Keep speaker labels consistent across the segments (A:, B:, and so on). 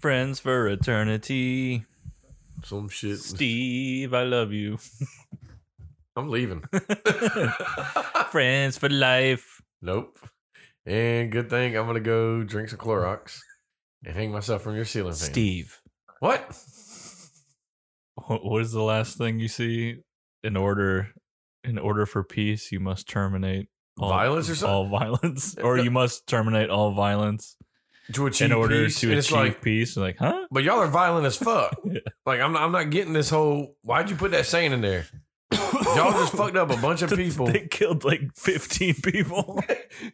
A: Friends for eternity.
B: Some shit.
A: Steve, I love you.
B: I'm leaving.
A: Friends for life.
B: nope. And good thing I'm gonna go drink some Clorox and hang myself from your ceiling fan.
A: Steve.
B: What?
A: Wh- What is the last thing you see? In order, in order for peace, you must terminate
B: Violence or something?
A: All violence, or you must terminate all violence
B: To achieve
A: in order
B: peace?
A: to achieve
B: And it's like,
A: peace. Like, huh?
B: but y'all are violent as fuck.
A: Yeah.
B: Like I'm not, I'm not getting this whole. Why'd you put that saying in there? Y'all just fucked up a bunch of people.
A: They killed like fifteen people.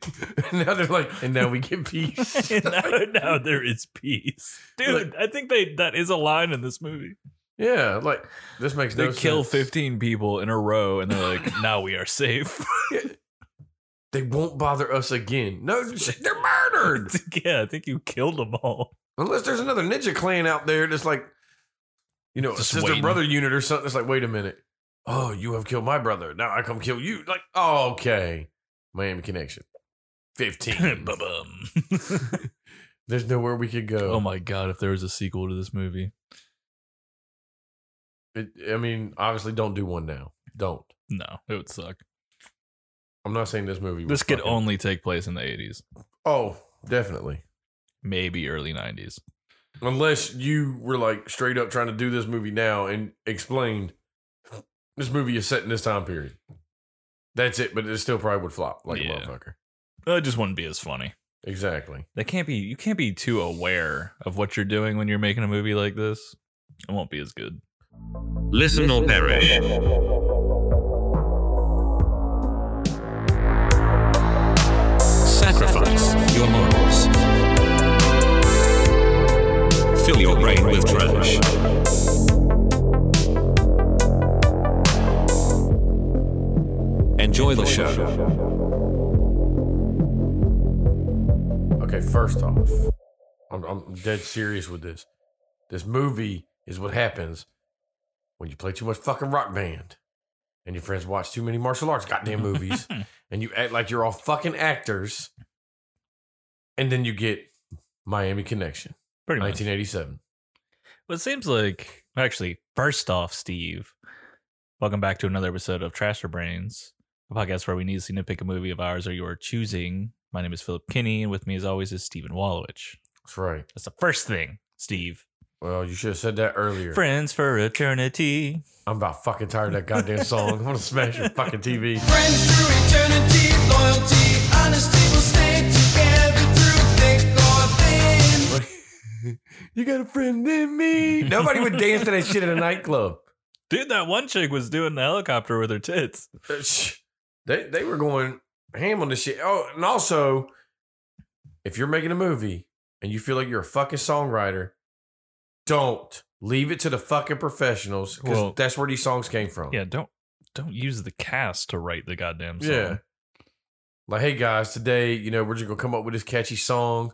B: now they're like, and now we get peace.
A: now, now there is peace, dude. I think they that is a line in this movie.
B: yeah, like this makes
A: They
B: no
A: kill
B: sense.
A: fifteen people in a row, and they're like, "Now we are safe."
B: They won't bother us again. No, shit, they're murdered.
A: yeah, I think you killed them all.
B: Unless there's another ninja clan out there that's like, you know,
A: Just
B: a sister
A: waiting.
B: brother unit or something. It's like, wait a minute. Oh, you have killed my brother. Now I come kill you. Like, oh, okay. Miami Connection. 15.
A: Ba-bum.
B: There's nowhere we could go.
A: oh my god! If there was a sequel to this movie,
B: It, I mean, obviously, don't do one now. Don't.
A: no, it would suck.
B: I'm not saying this movie. was
A: This could
B: fucking-
A: only take place in the eighties,
B: Oh, definitely.
A: maybe early nineties.
B: Unless you were like straight up trying to do this movie now and explained this movie is set in this time period. That's it, but it still probably would flop like
A: Yeah.
B: a motherfucker.
A: It just wouldn't be as funny.
B: Exactly.
A: They can't be. You can't be too aware of what you're doing when you're making a movie like this. It won't be as good.
C: Listen or perish. Sacrifice your morals. Fill your brain with trash. Enjoy the show.
B: Okay, first off, I'm, I'm dead serious with this. This movie is what happens when you play too much fucking rock band and your friends watch too many martial arts goddamn movies and you act like you're all fucking actors and then you get Miami Connection,
A: Pretty much.
B: 1987.
A: Well, it seems like actually, first off, Steve, welcome back to another episode of Trash Your Brains, a podcast where we need to pick a movie of ours or your choosing. My name is Philip Kinney, and with me as always is Stephen Wallowich.
B: That's right.
A: That's the first thing, Steve.
B: Well, you should have said that earlier.
A: Friends for eternity.
B: I'm about fucking tired of that goddamn song. I'm gonna smash your fucking TV.
D: Friends through eternity, loyalty, honesty will stay together through thick or thin.
B: you got a friend in me. Nobody would dance to that shit at a nightclub.
A: Dude, that one chick was doing the helicopter with her tits.
B: Uh, shh. They they were going ham on this shit. Oh, and also, if you're making a movie and you feel like you're a fucking songwriter, don't leave it to the fucking professionals because
A: Well-
B: that's where these songs came from.
A: Yeah, don't don't use the cast to write the goddamn song.
B: Yeah. Like, hey guys, today you know we're just gonna come up with this catchy song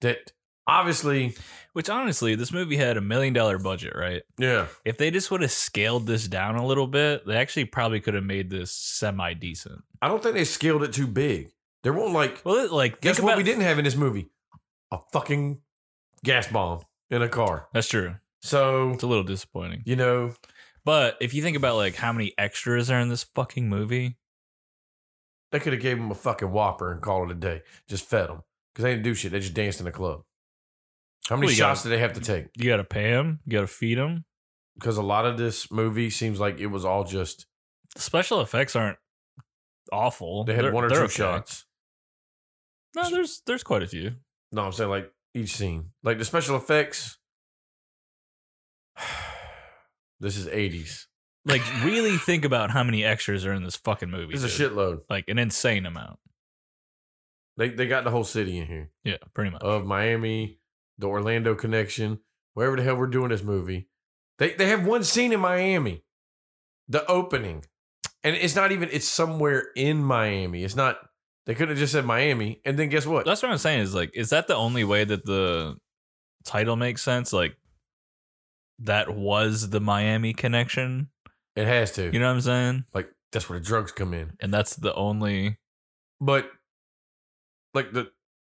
B: that obviously,
A: Which honestly, this movie had a million dollar budget, right?
B: yeah,
A: If they just would have scaled this down a little bit, they actually probably could have made this semi decent.
B: I don't think they scaled it too big. There won't like
A: Well, it- like
B: guess
A: think
B: what
A: about-
B: we didn't have in this movie a fucking gas bomb in a car.
A: That's true.
B: So
A: It's a little disappointing.
B: you know
A: But if you think about like how many extras are in this fucking movie,
B: They could have gave him a fucking whopper and called it a day. Just fed them because they didn't do shit. They just danced in the club. How many
A: Well, you
B: shots did they have to take?
A: you got to pay them, you got to feed them.
B: Because a lot of this movie seems like it was all just
A: The special effects aren't awful.
B: they had
A: They're-
B: one or two
A: they're okay.
B: shots.
A: No, there's there's quite a few.
B: No, I'm saying like each scene, like the special effects. this is 80s.
A: Like really think about how many extras are in this fucking movie.
B: This is a
A: dude.
B: shitload.
A: Like an insane amount.
B: They they got the whole city in here
A: Yeah, pretty much.
B: of Miami, the Orlando connection, wherever the hell we're doing this movie. They they have one scene in Miami, the opening, and it's not even it's somewhere in Miami. It's not they could have just said Miami, and then guess what?
A: That's what I'm saying. Is like, is that the only way that the title makes sense? Like, that was the Miami connection.
B: It has to.
A: You know what I'm saying?
B: like that's where the drugs come in.
A: And that's the only.
B: But like the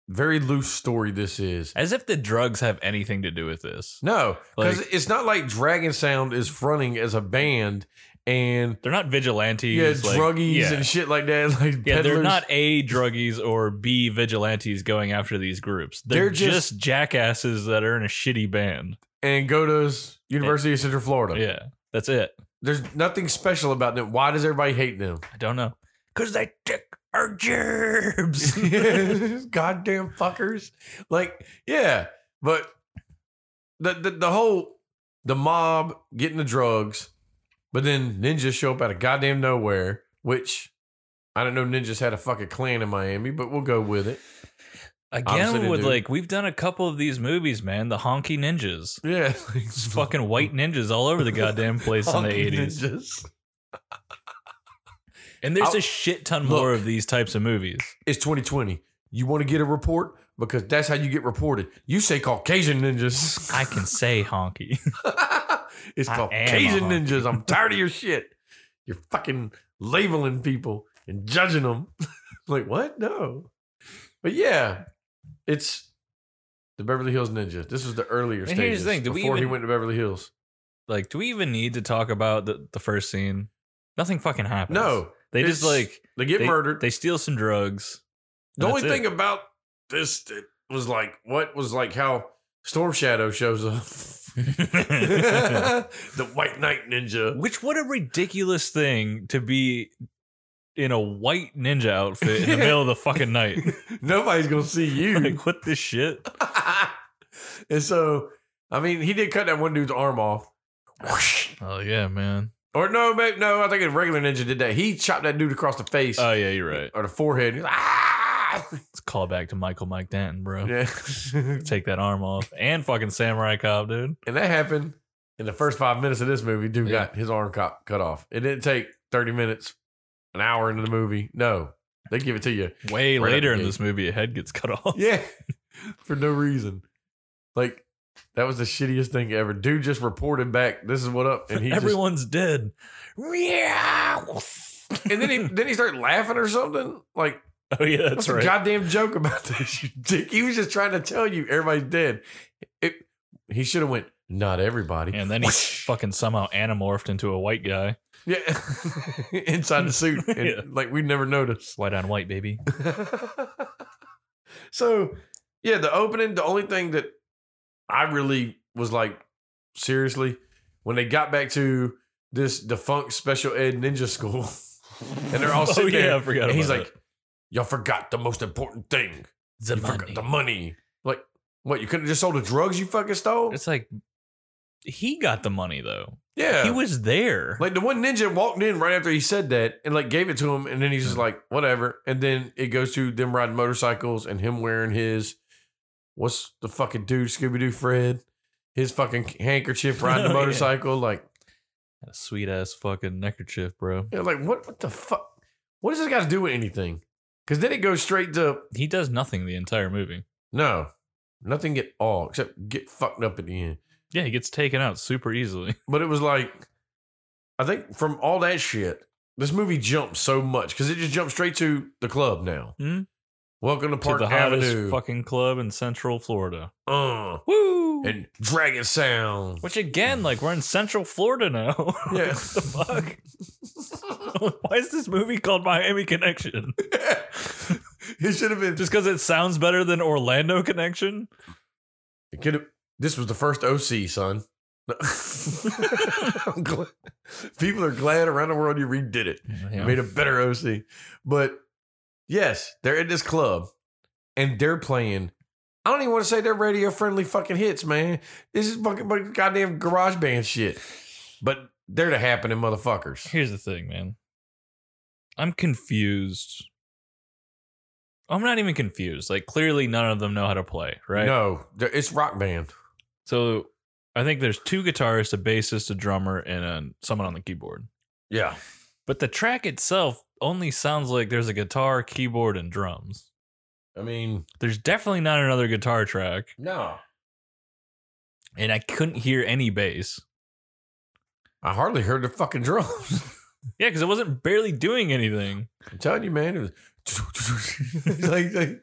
B: very loose story this is.
A: As if the drugs have anything to do with this.
B: No, because
A: Like-
B: it's not like Dragon Sound is fronting as a band and
A: They're not vigilantes.
B: yeah,
A: like-
B: druggies
A: yeah.
B: and shit like that. Like
A: Yeah, they're
B: peddlers.
A: not A druggies or B vigilantes going after these groups. They're,
B: They're
A: just,
B: just-
A: jackasses that are in a shitty band.
B: and go to s- University of Central Florida.
A: Yeah, that's it.
B: There's nothing special about them. Why does everybody hate them?
A: I don't know. Because they took our gerbs.
B: Goddamn fuckers. Like, yeah, but the, the the whole the mob getting the drugs, but then ninjas show up out of goddamn nowhere, which I don't know ninjas had a fucking clan in Miami, but we'll go with it. Obviously
A: Again,
B: they
A: with
B: do.
A: like, we've done a couple of these movies, man. The honky ninjas.
B: Yeah.
A: It's fucking white ninjas all over the goddamn place in the 80s.
B: Ninjas.
A: And there's
B: I'll-
A: a shit ton
B: Look.
A: more of these types of movies.
B: It's 2020. You want to get a report? Because that's how you get reported. You say Caucasian ninjas.
A: I can say honky.
B: it's
A: I
B: called
A: am a
B: Cajun
A: honky.
B: Ninjas. I'm tired of your shit. You're fucking labeling people and judging them. like, what? No. But yeah, it's the Beverly Hills Ninja. This was the earlier
A: And
B: stages
A: here's the thing, do we
B: before he
A: even-
B: went to Beverly Hills.
A: like, do we even need to talk about the, the first scene? Nothing fucking happens.
B: No.
A: They just
B: it's-
A: like
B: They get
A: they,
B: murdered.
A: They steal some drugs.
B: the
A: and
B: only
A: that's
B: thing
A: it.
B: about this that was like, what was like how Storm Shadow shows up. the White Knight Ninja.
A: Which what a ridiculous thing to be in a white ninja outfit in the middle of the fucking night.
B: Nobody's going to see you.
A: like what this shit?
B: and so, I mean, he did cut that one dude's arm off.
A: Oh yeah, man.
B: Or no, babe, no, I think a regular ninja did that. He chopped that dude across the face
A: Oh yeah, you're right.
B: or the forehead. He's like, "Ah!"
A: It's a callback to Michael Mike Danton, bro.
B: Yeah.
A: Take that arm off. And fucking Samurai Cop, dude.
B: and that happened in the first five minutes of this movie. Dude
A: Yeah.
B: got his arm cut, cut off. It didn't take 30 minutes, an hour into the movie. No, they give it to you.
A: Way
B: Right out
A: later
B: the
A: in
B: gate.
A: this movie, a head gets cut off.
B: Yeah. For no reason. Like, that was the shittiest thing ever. Dude just reported back, this is what up. And he just
A: Everyone's dead.
B: Yeah. And then he then he started laughing or something. Like
A: Oh yeah, that's
B: what's a
A: right.
B: goddamn joke about this, you dick. He was just trying to tell you everybody's dead. It, he should have went, not everybody.
A: and then he fucking somehow anamorphed into a white guy.
B: Yeah. Inside the suit. And
A: Yeah.
B: like we never noticed.
A: White on white, baby.
B: so yeah, the opening, the only thing that I really was like, seriously, when they got back to this defunct special ed ninja school, and they're all
A: Oh,
B: sitting
A: yeah,
B: there,
A: I forgot
B: and he's
A: about
B: like, "Y'all forgot the most important thing.
A: The
B: you forgot the money. Like, what? You could have just sold the drugs you fucking stole.
A: It's like he got the money though.
B: yeah,
A: He was there.
B: like the one ninja walked in right after he said that and like gave it to him, and then he's just like, whatever. And then it goes to them riding motorcycles and him wearing his what's the fucking dude Scooby Doo Fred, his fucking handkerchief riding
A: Oh,
B: the
A: yeah.
B: motorcycle. Like,
A: a sweet ass fucking neckerchief, bro.
B: you know, like what? What the fuck? What does this got to do with anything? Because then it goes straight to
A: He does nothing the entire movie.
B: no, nothing at all except get fucked up at the end.
A: Yeah, he gets taken out super easily.
B: But it was like, I think from all that shit, this movie jumped so much because it just jumped straight to the club now.
A: Mhm.
B: Welcome to Park
A: to the hottest
B: Avenue.
A: fucking club in Central Florida.
B: uh,
A: Woo!
B: and Dragon Sound.
A: Which again, like we're in Central Florida now. What
B: Yeah.
A: the fuck? Why is this movie called Miami Connection?
B: it should have been.
A: Just because it sounds better than Orlando Connection?
B: It could have. This was the first OC, son. I'm glad- People are glad around the world you redid it. made a better OC. But yes, they're at this club and they're playing. I don't even want to say they're radio friendly fucking hits, man. This is fucking bu- goddamn garage band shit. But they're the happening motherfuckers.
A: Here's the thing, man. I'm confused. I'm not even confused. Like clearly none of them know how to play, right?
B: No, they're- it's rock band.
A: So I think there's two guitarists, a bassist, a drummer, and uh, someone on the keyboard.
B: Yeah.
A: But the track itself only sounds like there's a guitar, keyboard, and drums.
B: I mean,
A: There's definitely not another guitar track,
B: no.
A: and I couldn't hear any bass.
B: I hardly heard the fucking drums.
A: Yeah, because it wasn't barely doing anything.
B: I'm telling you, man. It was like, like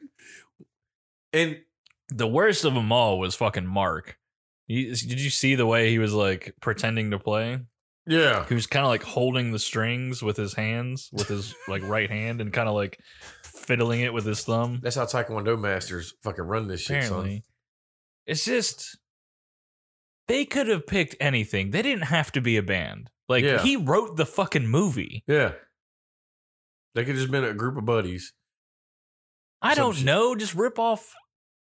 B: And
A: The worst of them all was fucking Mark. He, did you see the way he was like pretending to play?
B: yeah,
A: He was kind of like holding the strings with his hands, with his like right hand, and kind of like fiddling it with his thumb.
B: that's how Taekwondo masters fucking run this shit,
A: Apparently, it's just they could have picked anything. They didn't have to be a band. Like
B: Yeah.
A: he wrote the fucking movie.
B: son. Yeah. They could just been a group of buddies.
A: I
B: Some
A: don't
B: shit.
A: know. Just rip off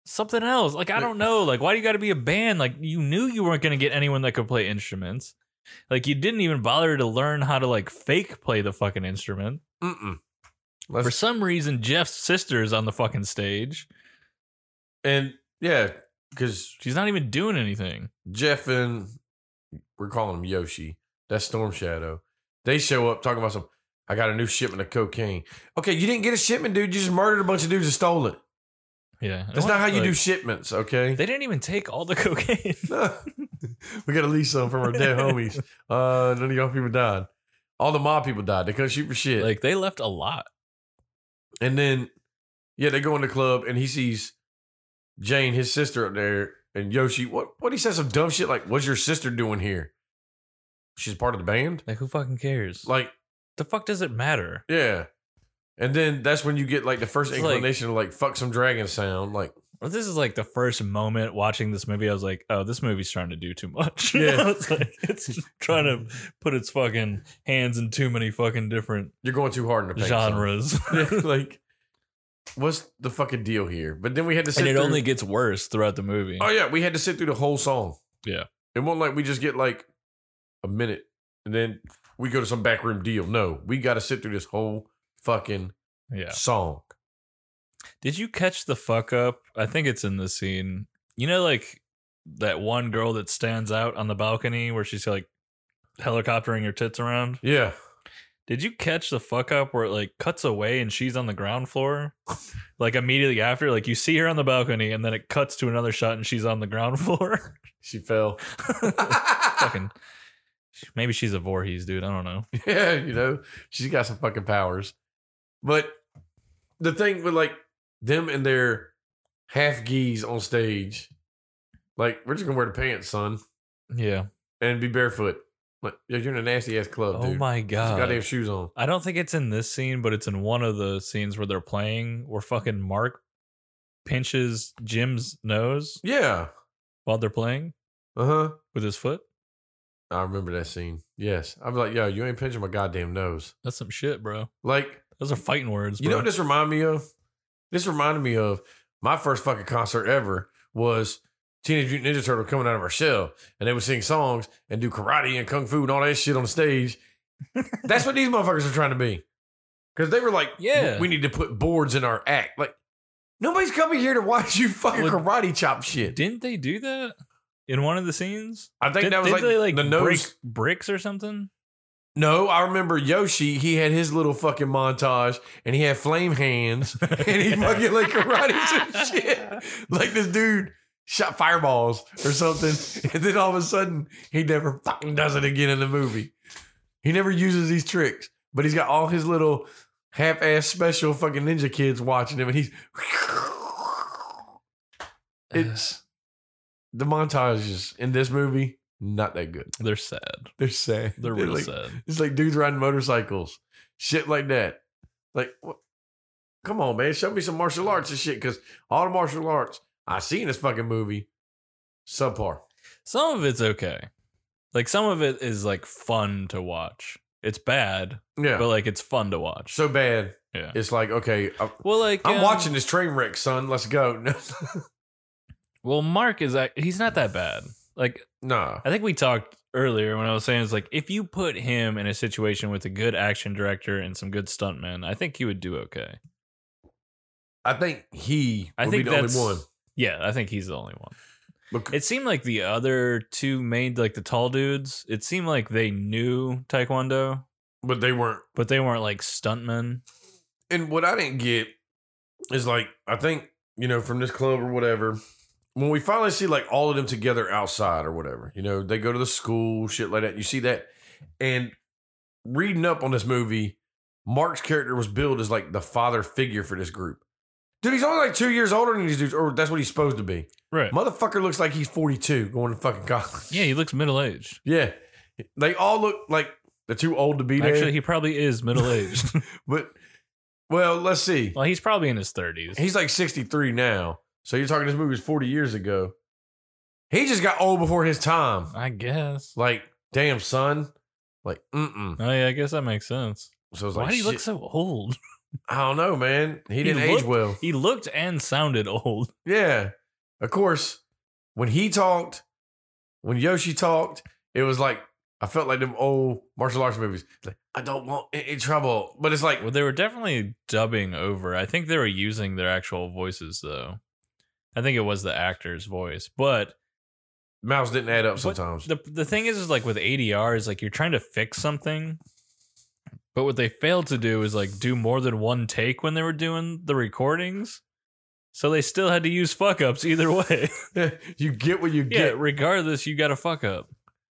A: something else. Like I
B: Like-
A: don't know. Like why do you got to be a band? Like you knew you weren't going to get anyone that could play instruments. Like you didn't even bother to learn how to like fake play the fucking instrument.
B: Mm-mm.
A: For
B: Let's,
A: some reason, Jeff's sister is on the fucking stage.
B: and yeah, because
A: She's not even doing anything.
B: Jeff and we're calling him Yoshi. That's Storm Shadow. They show up talking about some. I got a new shipment of cocaine. Okay, you didn't get a shipment, dude. You just murdered a bunch of dudes and stole it.
A: Yeah,
B: That's not how you do
A: Like,
B: shipments. Okay.
A: They didn't even take all the cocaine.
B: we got to leave some from our dead homies. Uh, none of y'all people died. All the mob people died. They couldn't shoot for shit.
A: like they left a lot.
B: and then, yeah, they go in the club and he sees Jane, his sister, up there, and Yoshi. What? What? He says some dumb shit like, "What's your sister doing here? She's part of the band."
A: Like who fucking cares? Like
B: Like,
A: the fuck does it matter?
B: yeah. And then that's when you get like the first
A: It's like-
B: inclination of like fuck some dragon sound. Like,
A: Well, this is like the first moment watching this movie. I was like, oh, this movie's trying to do too much.
B: Yeah.
A: I was like, it's trying to put its fucking hands in too many fucking different
B: you're going too hard in the paint, son.
A: genres.
B: Yeah, like, what's the fucking deal here? But then we had to sit
A: and it
B: through-
A: only gets worse throughout the movie.
B: Oh yeah, we had to sit through the whole song.
A: Yeah.
B: It wasn't like we just get like a minute and then we go to some backroom deal. No, we got to sit through this whole fucking
A: Yeah.
B: song.
A: Did you catch the fuck up? I think it's in the scene. You know, like that one girl that stands out on the balcony where she's like helicoptering her tits around.
B: Yeah.
A: Did you catch the fuck up where it like cuts away and she's on the ground floor? like immediately after, like you see her on the balcony and then it cuts to another shot and she's on the ground floor.
B: She fell.
A: Fucking maybe she's a Voorhees, dude. I don't know.
B: yeah, you know, she's got some fucking powers. But the thing with like them and their half geese on stage, like we're just gonna wear the pants, son,
A: Yeah.
B: and be barefoot. Like, yeah, you're in a nasty ass club,
A: Oh
B: dude.
A: my
B: Put your
A: god.
B: goddamn shoes on.
A: I don't think it's in this scene, but it's in one of the scenes where they're playing where fucking Mark pinches Jim's nose
B: Yeah.
A: while they're playing
B: Uh huh.
A: with his foot.
B: I remember that scene. Yes. I'm like, yo, you ain't pinching my goddamn nose.
A: That's some shit, bro.
B: Like,
A: Those are fighting words,
B: you
A: bro.
B: know what this reminded me of? This reminded me of my first fucking concert ever was Teenage Mutant Ninja Turtle coming out of our shell. And they would sing songs and do karate and kung fu and all that shit on the stage. That's what these motherfuckers are trying to be. Cause they were like,
A: Yeah.
B: we need to put boards in our act. Like, nobody's coming here to watch you fucking
A: Well,
B: karate chop shit.
A: Didn't they do that in one of the scenes?
B: I think
A: Did,
B: that was
A: did
B: like,
A: they like
B: the nose.
A: break bricks or something?
B: No, I remember Yoshi. He had his little fucking montage, and he had flame hands, and he fucking like karate some shit. Like this dude shot fireballs or something, and then all of a sudden he never fucking does it again in the movie. He never uses these tricks, but he's got all his little half-ass special fucking ninja kids watching him, and he's. It's the montages in this movie not that good.
A: They're sad.
B: They're sad.
A: They're real
B: like-
A: sad.
B: it's like dudes riding motorcycles, shit like that. Like, wha- come on, man, show me some martial arts and shit. Because all the martial arts I see in this fucking movie, subpar.
A: Some of it's okay. Like some of it is like fun to watch. It's bad,
B: Yeah,
A: but like it's fun to watch.
B: so bad.
A: Yeah.
B: It's like okay, I'm,
A: Well, like
B: I'm
A: um,
B: watching this train wreck, son. Let's go.
A: Well, Mark is act- he's not that bad. Like
B: nah,
A: I think we talked earlier when I was saying it's like if you put him in a situation with a good action director and some good stuntmen, I think he would do okay.
B: I think he.
A: I
B: would
A: think
B: be the
A: that's
B: only one.
A: Yeah, I think he's the only one.
B: Bec-
A: It seemed like the other two made like the tall dudes. It seemed like they knew taekwondo,
B: but they weren't.
A: but they weren't like stuntmen.
B: and what I didn't get is like I think you know from this club or whatever. When we finally see like all of them together outside or whatever, you know, they go to the school, shit like that. You see that, and reading up on this movie, Mark's character was billed as like the father figure for this group. Dude, he's only like two years older than these dudes, or that's what he's supposed to be.
A: Right.
B: Motherfucker looks like he's 42 going to fucking college.
A: Yeah, he looks middle aged.
B: Yeah. They all look like they're too old to be there.
A: Actually, he probably is middle aged.
B: but, well, let's see.
A: well, he's probably in his thirties.
B: He's like 63 now. So you're talking this movie was 40 years ago. He just got old before his time.
A: I guess.
B: Like, damn, son. Like, mm-mm.
A: Oh yeah, I guess that makes sense.
B: So I was
A: Why
B: like,
A: do he look
B: shit.
A: so old?
B: I don't know, man. He didn't age
A: looked-
B: well.
A: He looked and sounded old.
B: Yeah. Of course, when he talked, when Yoshi talked, it was like I felt like them old martial arts movies. It's Like, I don't want a- any trouble. But it's like
A: Well, they were definitely dubbing over. I think they were using their actual voices though. I think it was the actor's voice, but
B: mouths didn't add up
A: But
B: sometimes.
A: the the thing is, is like with ADR is like you're trying to fix something, but what they failed to do is like do more than one take when they were doing the recordings, so they still had to use fuck ups either way.
B: you get what you
A: yeah,
B: get.
A: regardless, you got a fuck up.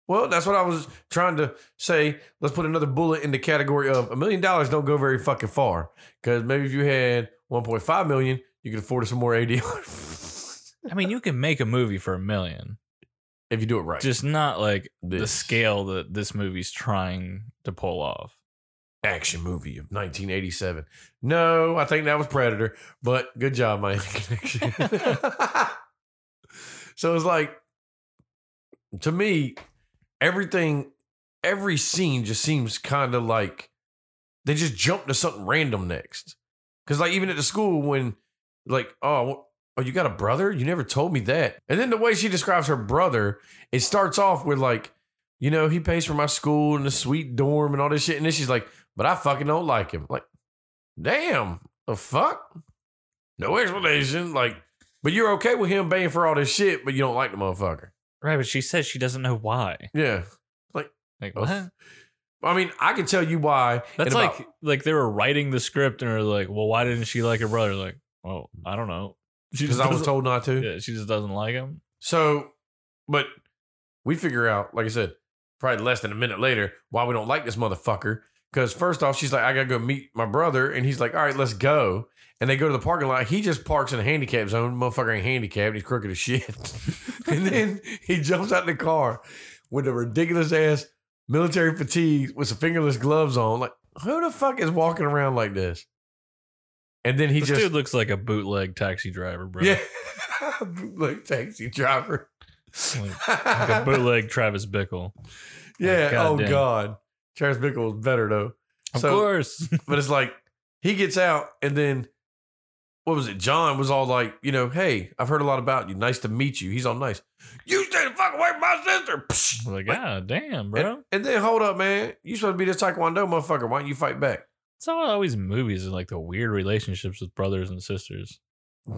B: Well, that's what I was trying to say. Let's put another bullet in the category of a million dollars don't go very fucking far. Because maybe if you had 1.5 million, you could afford some more ADR.
A: I mean, you can make a movie for a million,
B: if you do it right.
A: just not like the
B: This.
A: scale that this movie's trying to pull off.
B: action movie of 1987. No, I think that was Predator, but good job, my connection. so it's like, to me, everything, every scene just seems kind of like they just jump to something random next. Cause like even at the school when, like, oh, oh, you got a brother? You never told me that. And then the way she describes her brother, it starts off with like, you know, he pays for my school and the sweet dorm and all this shit. And then she's like, but I fucking don't like him. Like, damn, the fuck? No explanation. Like, but you're okay with him paying for all this shit, but you don't like the motherfucker.
A: Right, but she says she doesn't know why.
B: Yeah.
A: Like
B: Oh,
A: what?
B: I mean, I can tell you why. in
A: That's
B: about-
A: like like they were writing the script and are like, well, why didn't she like her brother? Like, well, I don't know. She
B: because
A: just
B: I was
A: doesn't-
B: told not to.
A: Yeah, she just doesn't like him.
B: So, but we figure out, like I said, probably less than a minute later, why we don't like this motherfucker. Because first off, she's like, I gotta go meet my brother, and he's like, All right, let's go. And they go to the parking lot. He just parks in a handicap zone. Motherfucker ain't handicapped. He's crooked as shit. and then he jumps out the car with a ridiculous ass military fatigues with some fingerless gloves on. Like, who the fuck is walking around like this? And then he
A: this
B: just
A: dude looks like a bootleg taxi driver, bro.
B: yeah, like taxi driver.
A: like, like a bootleg Travis Bickle.
B: Yeah.
A: Like, God
B: oh
A: damn.
B: God. Travis Bickle was better though.
A: Of
B: So-
A: course.
B: But it's like he gets out and then what was it? John was all like, you know, hey, I've heard a lot about you. Nice to meet you. He's all nice. You stay the fuck away from my sister. Psh.
A: like, God damn, bro.
B: And, and then hold up, man. You supposed to be this taekwondo motherfucker. Why don't you fight back?
A: it's all always movies and like the weird relationships with brothers and sisters.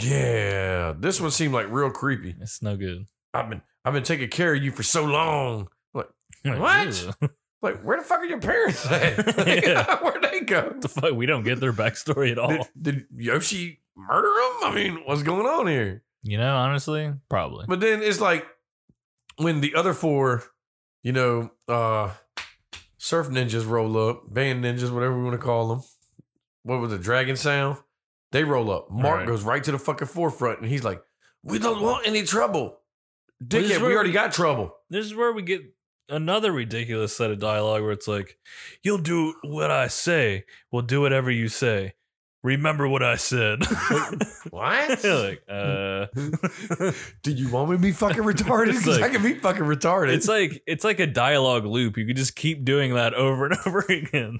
B: Yeah. This one seemed like real creepy.
A: It's no good.
B: I've been I've been taking care of you for so long.
A: Like,
B: What?
A: ew.
B: Like, where the fuck are your parents at? Like,
A: Yeah.
B: Where'd they go?
A: the fuck? We don't get their backstory at all.
B: Did, did Yoshi murder him? I mean, what's going on here?
A: you know, honestly, probably.
B: But then it's like when the other four, you know, uh surf ninjas roll up, band ninjas, whatever we want to call them. What was the dragon sound? They roll up. Mark
A: Right.
B: goes right to the fucking forefront and he's like, We don't want any trouble.
A: Well, this is
B: Dickhead, we
A: where-
B: already got trouble.
A: this is where we get another ridiculous set of dialogue where it's like, "You'll do what I say. We'll do whatever you say. Remember what I said."
B: What?
A: like, uh,
B: Do you want me to be fucking retarded?
A: It's
B: 'Cause I
A: like-
B: can be fucking retarded.
A: it's like it's like a dialogue loop. You could just keep doing that over and over again.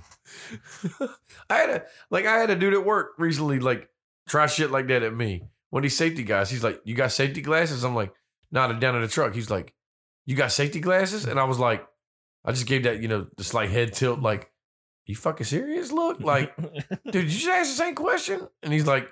B: I had a like I had a dude at work recently like try shit like that at me. One of these safety guys, he's like, "You got safety glasses?" I'm like, "Nah, they're down in the truck." He's like, "You got safety glasses?" And I was like, I just gave that you know the slight head tilt, like, "You fucking serious?" Look, like, dude, did you just ask the same question? And he's like,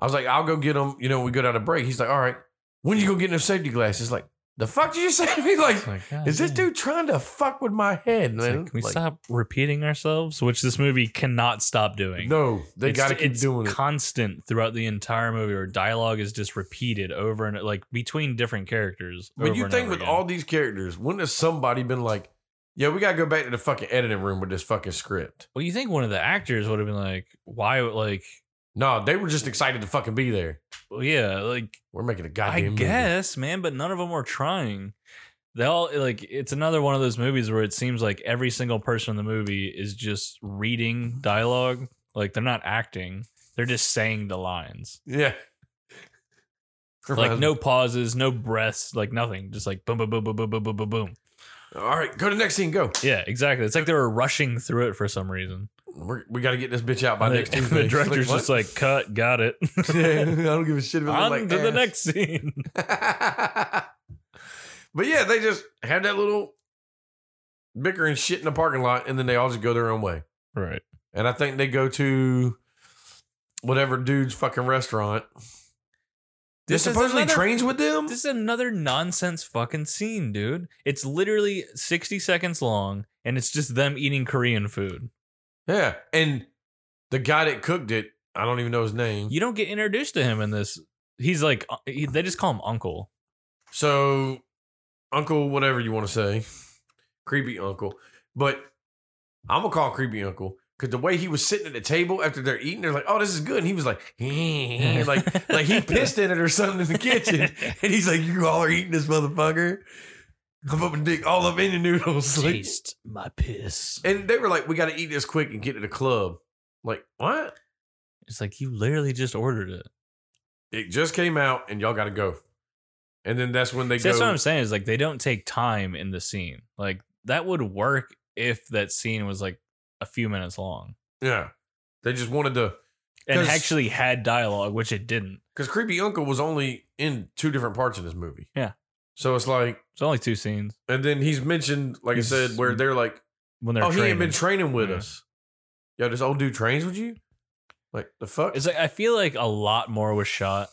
B: I was like, "I'll go get them." You know, we go down a break. He's like, "All right, when you go get those safety glasses?" Like, the fuck did you say to me? Like, is this dude trying to fuck with my head,
A: It's like,
B: man?
A: can we
B: Like,
A: stop repeating ourselves? Which this movie cannot stop doing.
B: No, they
A: It's-
B: got to keep
A: it's
B: doing it.
A: Constant throughout the entire movie, where dialogue is just repeated over and like between different characters.
B: But
A: over
B: you
A: and
B: think
A: over
B: with
A: again.
B: all these characters, wouldn't have somebody been like, "Yeah, we gotta go back to the fucking editing room with this fucking script"?
A: Well, you think one of the actors would have been like, why, like,
B: No, they were just excited to fucking be there.
A: Well, yeah, like
B: We're making a
A: I
B: goddamn. movie.
A: guess, man, but none of them were trying. They all like it's another one of those movies where it seems like every single person in the movie is just reading dialogue. Like they're not acting; they're just saying the lines.
B: Yeah.
A: Like no pauses, no breaths, like nothing. Just like boom, boom, boom, boom, boom, boom, boom, boom, boom.
B: All right, go to the next scene. Go.
A: Yeah, exactly. It's like they were rushing through it for some reason.
B: We're, we got to get this bitch out by
A: And the-
B: next
A: and
B: Tuesday.
A: the director's just like, "Cut, got it."
B: what? Yeah, I don't give a shit if it
A: On
B: looks like eh.
A: to the
B: ass.
A: next scene.
B: but yeah, they just have that little bickering shit in the parking lot, and then they all just go their own way.
A: Right.
B: And I think they go to whatever dude's fucking restaurant. This
A: This is
B: supposedly
A: another-
B: trains with them.
A: This is another nonsense fucking scene, dude. It's literally 60 seconds long and it's just them eating Korean food.
B: yeah, and the guy that cooked it, I don't even know his name.
A: You don't get introduced to him in this. He's like, uh, he, they just call him Uncle.
B: So, Uncle, whatever you want to say, creepy Uncle. But I'm gonna call him creepy Uncle because the way he was sitting at the table after they're eating, they're like, "Oh, this is good," and he was like, like like he pissed in it or something in the kitchen, and he's like, "You all are eating this motherfucker." I'm up and dick all up in the noodles. Like,
A: Taste my piss.
B: and they were like, "We got to eat this quick and get to the club." Like what?
A: It's like, you literally just ordered it.
B: It just came out, and y'all got to go. And then that's when they
A: See,
B: go.
A: that's what I'm saying is like, they don't take time in the scene. Like, that would work if that scene was like a few minutes long
B: yeah, they just wanted to.
A: and
B: 'Cause-
A: actually had dialogue, which it didn't.
B: Because Creepy Uncle was only in two different parts of this movie.
A: Yeah.
B: So it's like,
A: It's only two scenes
B: and then he's mentioned, like
A: He's-
B: I said, where they're like,
A: when they're
B: oh, he ain't been
A: training.
B: training with
A: Yeah.
B: us. Yo, this old dude trains with you? Like, the fuck?
A: It's like I feel like a lot more was shot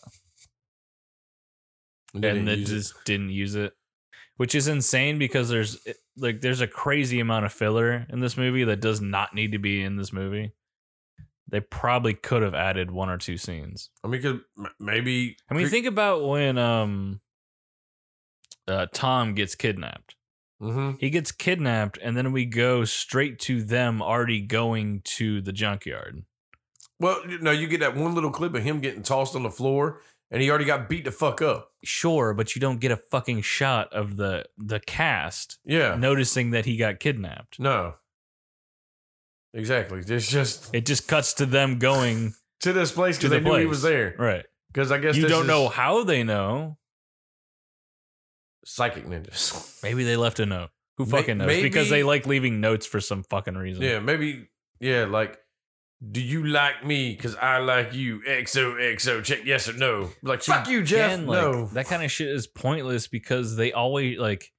B: And they
A: and
B: didn't
A: they
B: use it.
A: just didn't use it, which is insane because there's like there's a crazy amount of filler in this movie that does not need to be in this movie. They probably could have added one or two scenes.
B: I mean, because maybe.
A: I mean,
B: Cre-
A: think about when um uh, Tom gets kidnapped.
B: Mhm.
A: He gets kidnapped, and then we go straight to them already going to the junkyard.
B: Well, you- no, you get that one little clip of him getting tossed on the floor, and he already got beat the fuck up.
A: Sure, but you don't get a fucking shot of the the cast
B: Yeah. No.
A: noticing that he got kidnapped.
B: Exactly. It's just
A: It just cuts to them going
B: to this place
A: to
B: because
A: the
B: they knew he
A: place.
B: was there.
A: Right.
B: Because I guess
A: You
B: this
A: don't
B: is
A: know how they know.
B: psychic ninjas.
A: Maybe they left a note. Who
B: May-
A: fucking knows? Because
B: maybe-
A: they like leaving notes for some fucking reason.
B: Yeah, maybe. Yeah, like, do you like me? Because I like you. XOXO. Check yes or no. Like, fuck you, Jeff.
A: Again, like,
B: no.
A: That kind of shit is pointless because they always like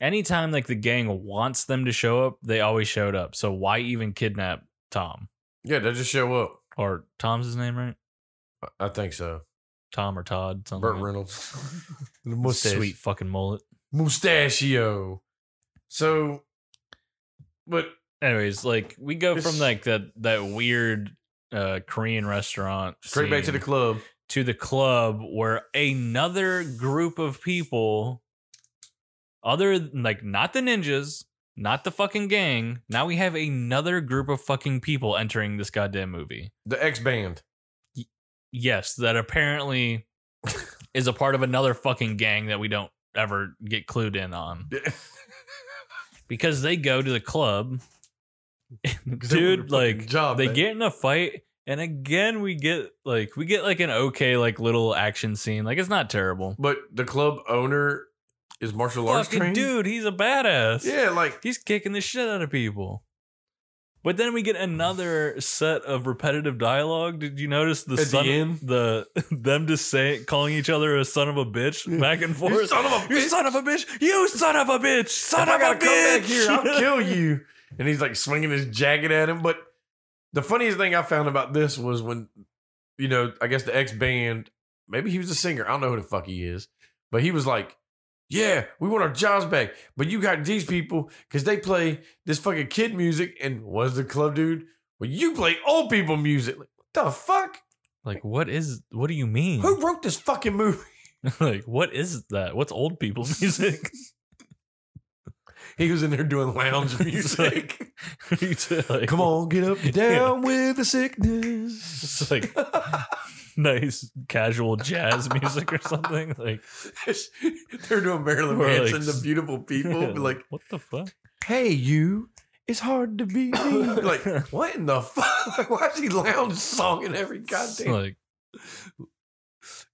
A: anytime like the gang wants them to show up, they always showed up. So why even kidnap Tom?
B: yeah, they just show up.
A: Or Tom's his name, right?
B: I- I think so.
A: Tom or Todd, something.
B: Burt
A: like
B: Reynolds. the
A: that.
B: mustache.
A: Sweet fucking mullet.
B: Mustachio. So, but
A: Anyways, like we go
B: This-
A: from like that that weird uh Korean restaurant
B: straight back to the
A: scene
B: club.
A: to the club where another group of people other th- like not the ninjas, not the fucking gang, now we have another group of fucking people entering this goddamn movie.
B: The X Band.
A: Yes, that apparently is a part of another fucking gang that we don't ever get clued in on because they go to the club. Dude, like
B: job,
A: they
B: man.
A: get in a fight and again we get like we get like an okay like little action scene like it's not terrible
B: But the club owner is martial arts
A: fucking
B: trained.
A: dude he's a badass
B: Yeah, like
A: he's kicking the shit out of people but then we get another set of repetitive dialogue did you notice the
B: At
A: son
B: the end?
A: the them just say calling each other a son of a bitch back and forth
B: you son of a bitch.
A: You son of a bitch you son of a bitch son
B: if I
A: of
B: gotta
A: a
B: come
A: bitch
B: back here, I'll kill you. And he's like swinging his jacket at him. But the funniest thing I found about this was when, you know, I guess the ex band, maybe he was a singer. I don't know who the fuck he is, but he was like, "Yeah, we want our jobs back, but you got these people because they play this fucking kid music." And was the club dude? Well, you play old people music. Like, what the fuck?
A: like what is what do you mean
B: Who wrote this fucking movie?
A: like what is that what's old people music
B: He was in there doing lounge
A: It's
B: music.
A: like, it's like-
B: Come on, get up, get down with the sickness.
A: It's like nice casual jazz music or something. Like,
B: They're doing Marilyn
A: We're like-
B: Manson, the beautiful people. be like,
A: what the fuck?
B: hey, you, it's hard to be me. like, what in the fuck? Like, why is he lounge songing every
A: It's
B: goddamn
A: like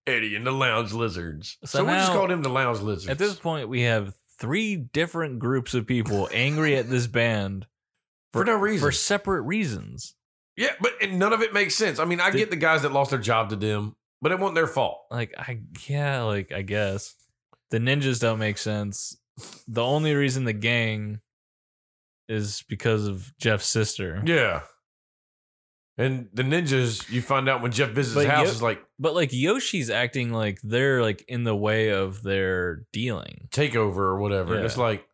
B: Eddie and the Lounge Lizards? So,
A: So
B: we just
A: now-
B: called him the Lounge Lizards.
A: at this point, we have three different groups of people angry at this band
B: For no reason.
A: for separate reasons.
B: yeah, but and none of it makes sense. I mean, I
A: The-
B: get the guys that lost their job to them, but it wasn't their fault.
A: Like, I yeah, like I guess the ninjas don't make sense. The only reason the gang is because of Jeff's sister.
B: Yeah. And the ninjas, you find out when Jeff visits
A: But
B: his house,
A: Yo-
B: is like
A: But like Yoshi's acting like they're like in the way of their dealing.
B: takeover or whatever. And
A: Yeah.
B: it's like,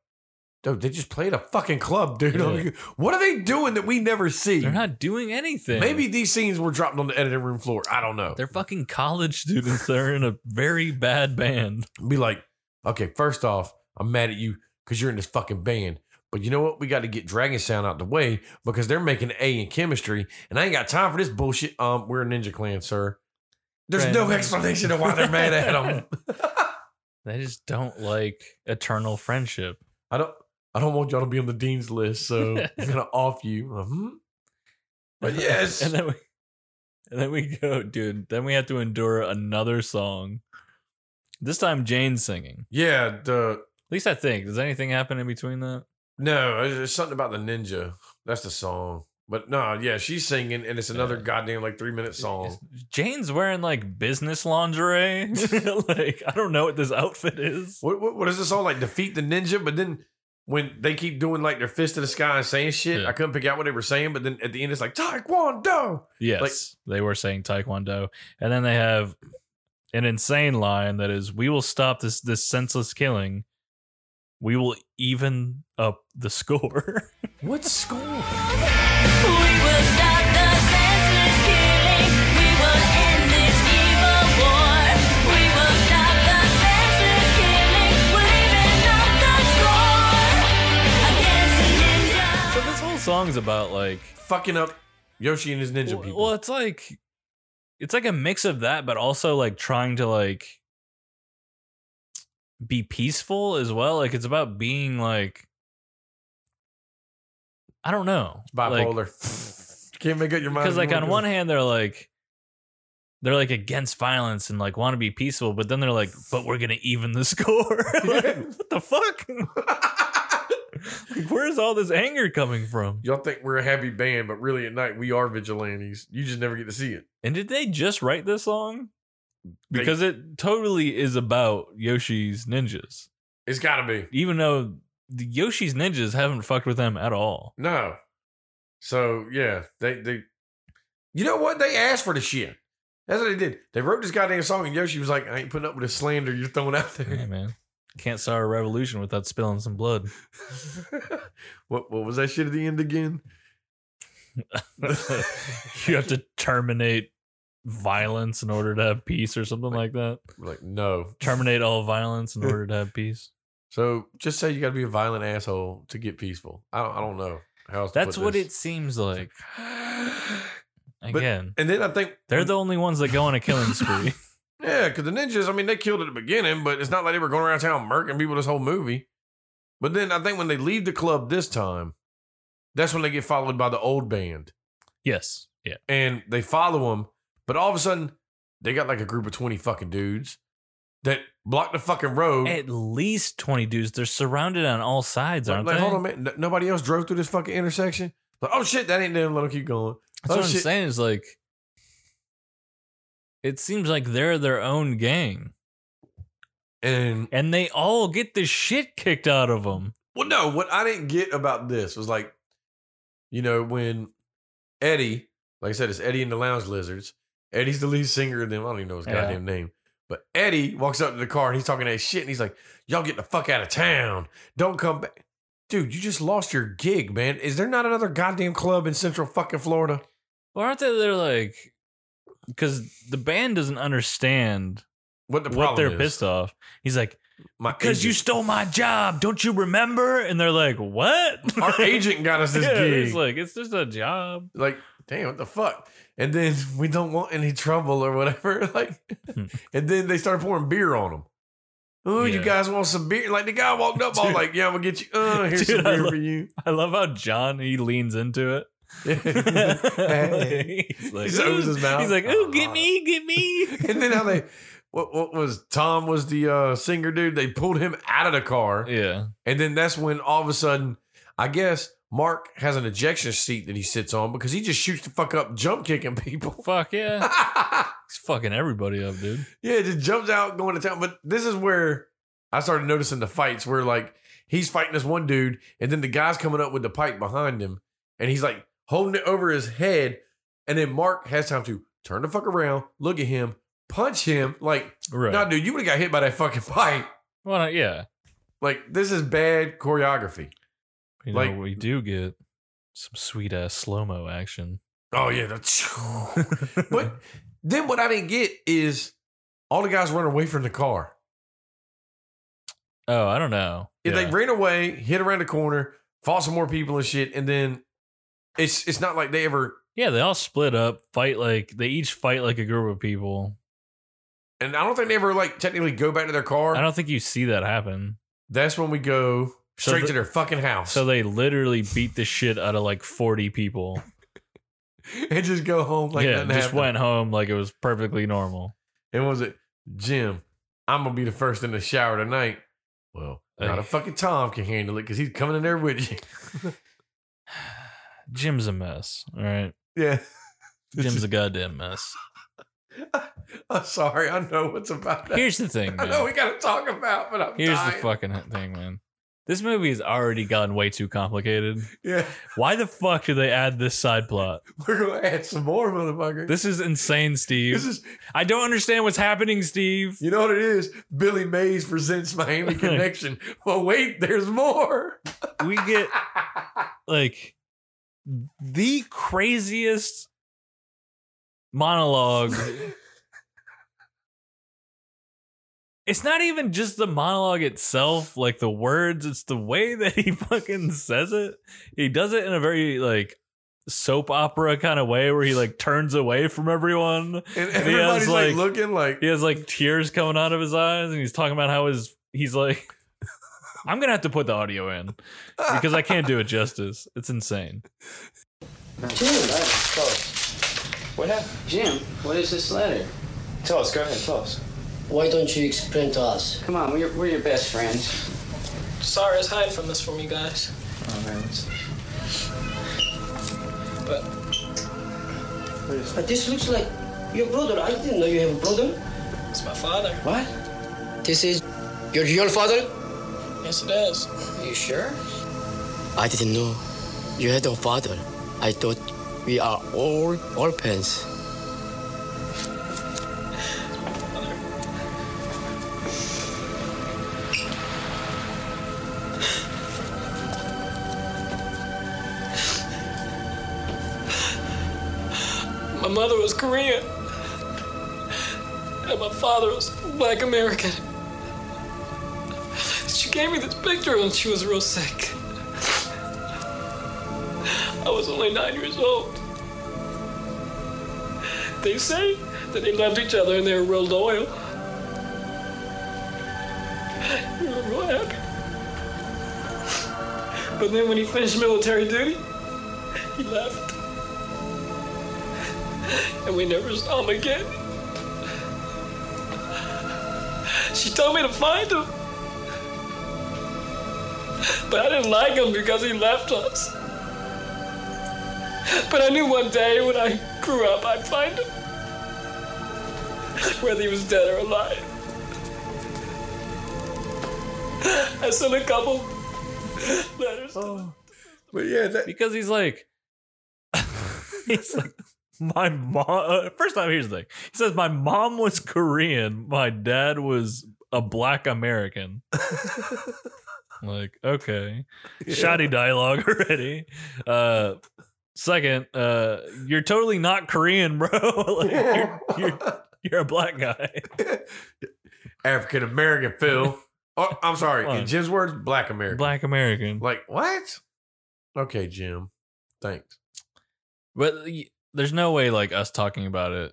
B: dude, they just played a fucking club, dude.
A: Yeah.
B: Like, what are they doing that we never see?
A: They're not doing anything.
B: Maybe these scenes were dropped on the editing room floor. I don't know.
A: They're fucking college students. They're in a very bad band.
B: Be like, okay, first off, I'm mad at you because you're in this fucking band. But you know what? We got to get Dragon Sound out the way because they're making an A in chemistry, and I ain't got time for this bullshit. Um, we're a Ninja Clan, sir. There's
A: Right.
B: no explanation of why they're mad at them.
A: They just don't like eternal friendship.
B: I don't. I don't want y'all to be on the dean's list, so I'm gonna off you. Mhm. But yes.
A: and then we and then we go, dude. Then we have to endure another song. This time Jane's singing.
B: Yeah, the
A: At least I think. Does anything happen in between that?
B: no, it's it's something about the ninja. That's the song. But no, yeah, she's singing, and it's another
A: Yeah.
B: goddamn like three minute song.
A: Jane's wearing like business lingerie. like I don't know what this outfit is.
B: What, what what is this song like? Defeat the ninja, but then when they keep doing like their fist to the sky and saying shit,
A: Yeah.
B: I couldn't pick out what they were saying. But then at the end, it's like Taekwondo.
A: Yes, they were saying Taekwondo, and then they have an insane line that is, "We will stop this this senseless killing. We will even up the score."
B: What score?
E: We will stop the senseless killing. We will end this evil war. We will stop the senseless killing. We're even up the score against the ninja.
A: so this whole song's about like,
B: Fucking up Yoshi and his ninja
A: well,
B: people.
A: well, it's like, it's like a mix of that, but also like trying to like be peaceful as well. Like it's about being like, I don't know, Like,
B: Bipolar. Can't make up your mind.
A: because
B: if you
A: like on
B: wanna
A: one
B: do it.
A: hand they're like they're like against violence and like want to be peaceful but then they're like but we're gonna even the score like, what the fuck like, where's all this anger coming from
B: Y'all think we're a happy band, but really at night we are vigilantes. You just never get to see it.
A: and did they just write this song because it totally is about yoshi's ninjas
B: It's got to be.
A: even though the yoshi's ninjas haven't fucked with them at all
B: No. So yeah, they they you know what? They asked for the shit. That's what they did. They wrote this goddamn song and Yoshi was like, I ain't putting up with the slander you're throwing out
A: hey
B: there.
A: man can't start a revolution without spilling some blood
B: what what was that shit at the end again?
A: you have to terminate violence in order to have peace or something like that.
B: Like, no.
A: Terminate all violence in order to have peace.
B: So just say you gotta be a violent asshole to get peaceful. I don't I don't know how else to
A: That's
B: put
A: what
B: this.
A: it seems like.
B: But-
A: Again,
B: and then I think
A: they're the only ones that go on a killing spree.
B: Yeah, because the ninjas, I mean, they killed at the beginning, but it's not like they were going around town murking people this whole movie. But then I think when they leave the club this time, that's when they get followed by the old band.
A: yes. Yeah.
B: And they follow them, but all of a sudden, they got like a group of 20 fucking dudes that block the fucking road.
A: At least 20 dudes. They're surrounded on all sides,
B: like,
A: aren't
B: like,
A: they?
B: hold on, man. N- nobody else drove through this fucking intersection. Like, oh shit, that ain't them. Let them keep going.
A: That's
B: Oh,
A: what I'm
B: shit.
A: saying is like, it seems like they're their own gang.
B: And
A: And they all get the shit kicked out of them.
B: Well, no, what I didn't get about this was like, you know, when Eddie, like I said, it's Eddie and the Lounge Lizards. Eddie's the lead singer of them. I don't even know his
A: Yeah.
B: goddamn name. But Eddie walks up to the car and he's talking that shit and he's like, Y'all get the fuck out of town. Don't come back. Dude, you just lost your gig, man. Is there not another goddamn club in central fucking Florida?
A: Well, aren't they? They're like, because the band doesn't understand
B: What the problem
A: what they're
B: is.
A: pissed off. He's like,
B: My
A: Because you
B: agent-
A: stole my job. Don't you remember? And they're like, what?
B: our agent got us this
A: yeah,
B: gig.
A: It's
B: Like,
A: like, it's just a job.
B: damn, what the fuck? And then we don't want any trouble or whatever. Like, and then they started pouring beer on them. Oh, you
A: Hmm. Yeah.
B: guys want some beer? Like the guy walked up, all
A: Dude.
B: like, "Yeah, I'm gonna get you. Uh, here's
A: Dude,
B: some
A: I
B: beer
A: lo-
B: for you."
A: I love how John, he leans into it. he's like,
B: He opens his mouth.
A: he's like, ooh, get me, get me.
B: and then how they, what, what was Tom was the uh, singer dude? They pulled him out of the car,
A: Yeah.
B: and then that's when all of a sudden, I guess Mark has an ejection seat that he sits on because he just shoots the fuck up, jump kicking people.
A: Fuck yeah. He's fucking everybody up, dude.
B: Yeah, just jumps out going to town. But this is where I started noticing the fights where like he's fighting this one dude, and then the guy's coming up with the pipe behind him, and he's like holding it over his head, and then Mark has time to turn the fuck around, look at him, punch him. Like,
A: Right.
B: nah, dude, you would have got hit by that fucking pipe.
A: well, not- yeah.
B: Like, this is bad choreography.
A: You know,
B: Like-
A: we do get some sweet ass slow mo action.
B: Oh yeah, that's but then what I didn't get is all the guys run away from the car.
A: Oh, I don't know.
B: If
A: Yeah.
B: They ran away, hit around the corner, fought some more people and shit, and then it's it's not like they ever.
A: yeah, they all split up, fight like they each fight like a group of people.
B: And I don't think they ever like technically go back to their
A: I
B: car.
A: don't think you see that happen.
B: That's when we go
A: So
B: straight
A: the-
B: to their fucking house
A: So they literally beat the shit out of like 40 people.
B: and just go home like
A: yeah,
B: nothing
A: just
B: happened.
A: went home like it was perfectly normal.
B: And what was it Jim? I'm gonna be the first in the shower tonight. Well, not
A: Hey.
B: a fucking Tom can handle it because he's coming in there with you.
A: Jim's a mess. All right.
B: yeah,
A: Jim's a goddamn mess.
B: I'm sorry. I know what's about that.
A: Here's the thing,
B: I know
A: man.
B: we gotta talk about, but I'm
A: Here's the
B: dying.
A: fucking thing, man. This movie has already gotten way too complicated.
B: Yeah,
A: Why the fuck did they add this side plot?
B: we're gonna add some more, motherfucker.
A: This is insane,
B: this
A: Steve.
B: is
A: I don't understand what's happening, Steve.
B: You know what it is? Billy Mays presents Miami Connection. Well, wait, there's more.
A: We get like the craziest monologue. It's not even just the monologue itself, like the words, it's the way that he fucking says it. He does it in a very like soap opera kind of way where he like turns away from everyone.
B: And
A: has,
B: everybody's like,
A: like-
B: looking like,
A: He has like tears coming out of his eyes, and he's talking about how his he's like, I'm gonna have to put the audio in because I can't do it justice. It's insane.
F: Jim. What happened?
G: Jim, what is this letter?
F: Tell us. Go ahead. Tell us.
H: Why don't you explain to us?
G: Come on, we're, we're your best friends.
I: Sorry, it's hiding from this from you guys.
G: All right, let's-
I: But
H: But this looks like your brother. I didn't know you have a brother.
I: it's my father.
G: What?
H: This is your real father?
I: Yes, it is.
G: Are you sure?
H: I didn't know you had a father. I thought we are all orphans.
I: My mother was Korean, and my father was Black American. She gave me this picture when she was real sick. I was only nine years old. They say that they loved each other and they were real loyal. We were real happy. But then when he finished military duty, he left and we never saw him again. She told me to find him. But I didn't like him because he left us. But I knew one day when I grew up, I'd find him. Whether he was dead or alive. I sent a couple letters.
B: but yeah, that,
A: because he's like, he's like, my mom. Uh, first time here's the thing. He says my mom was Korean, my dad was a black American. like okay, shoddy dialogue already. Uh, second, uh, you're totally not Korean, bro. like you're, you're you're a black guy.
B: African American Phil. Oh, I'm sorry.
A: What?
B: In Jim's words, black American.
A: Black American.
B: Like what? Okay, Jim. Thanks.
A: But uh, y- there's no way like us talking about it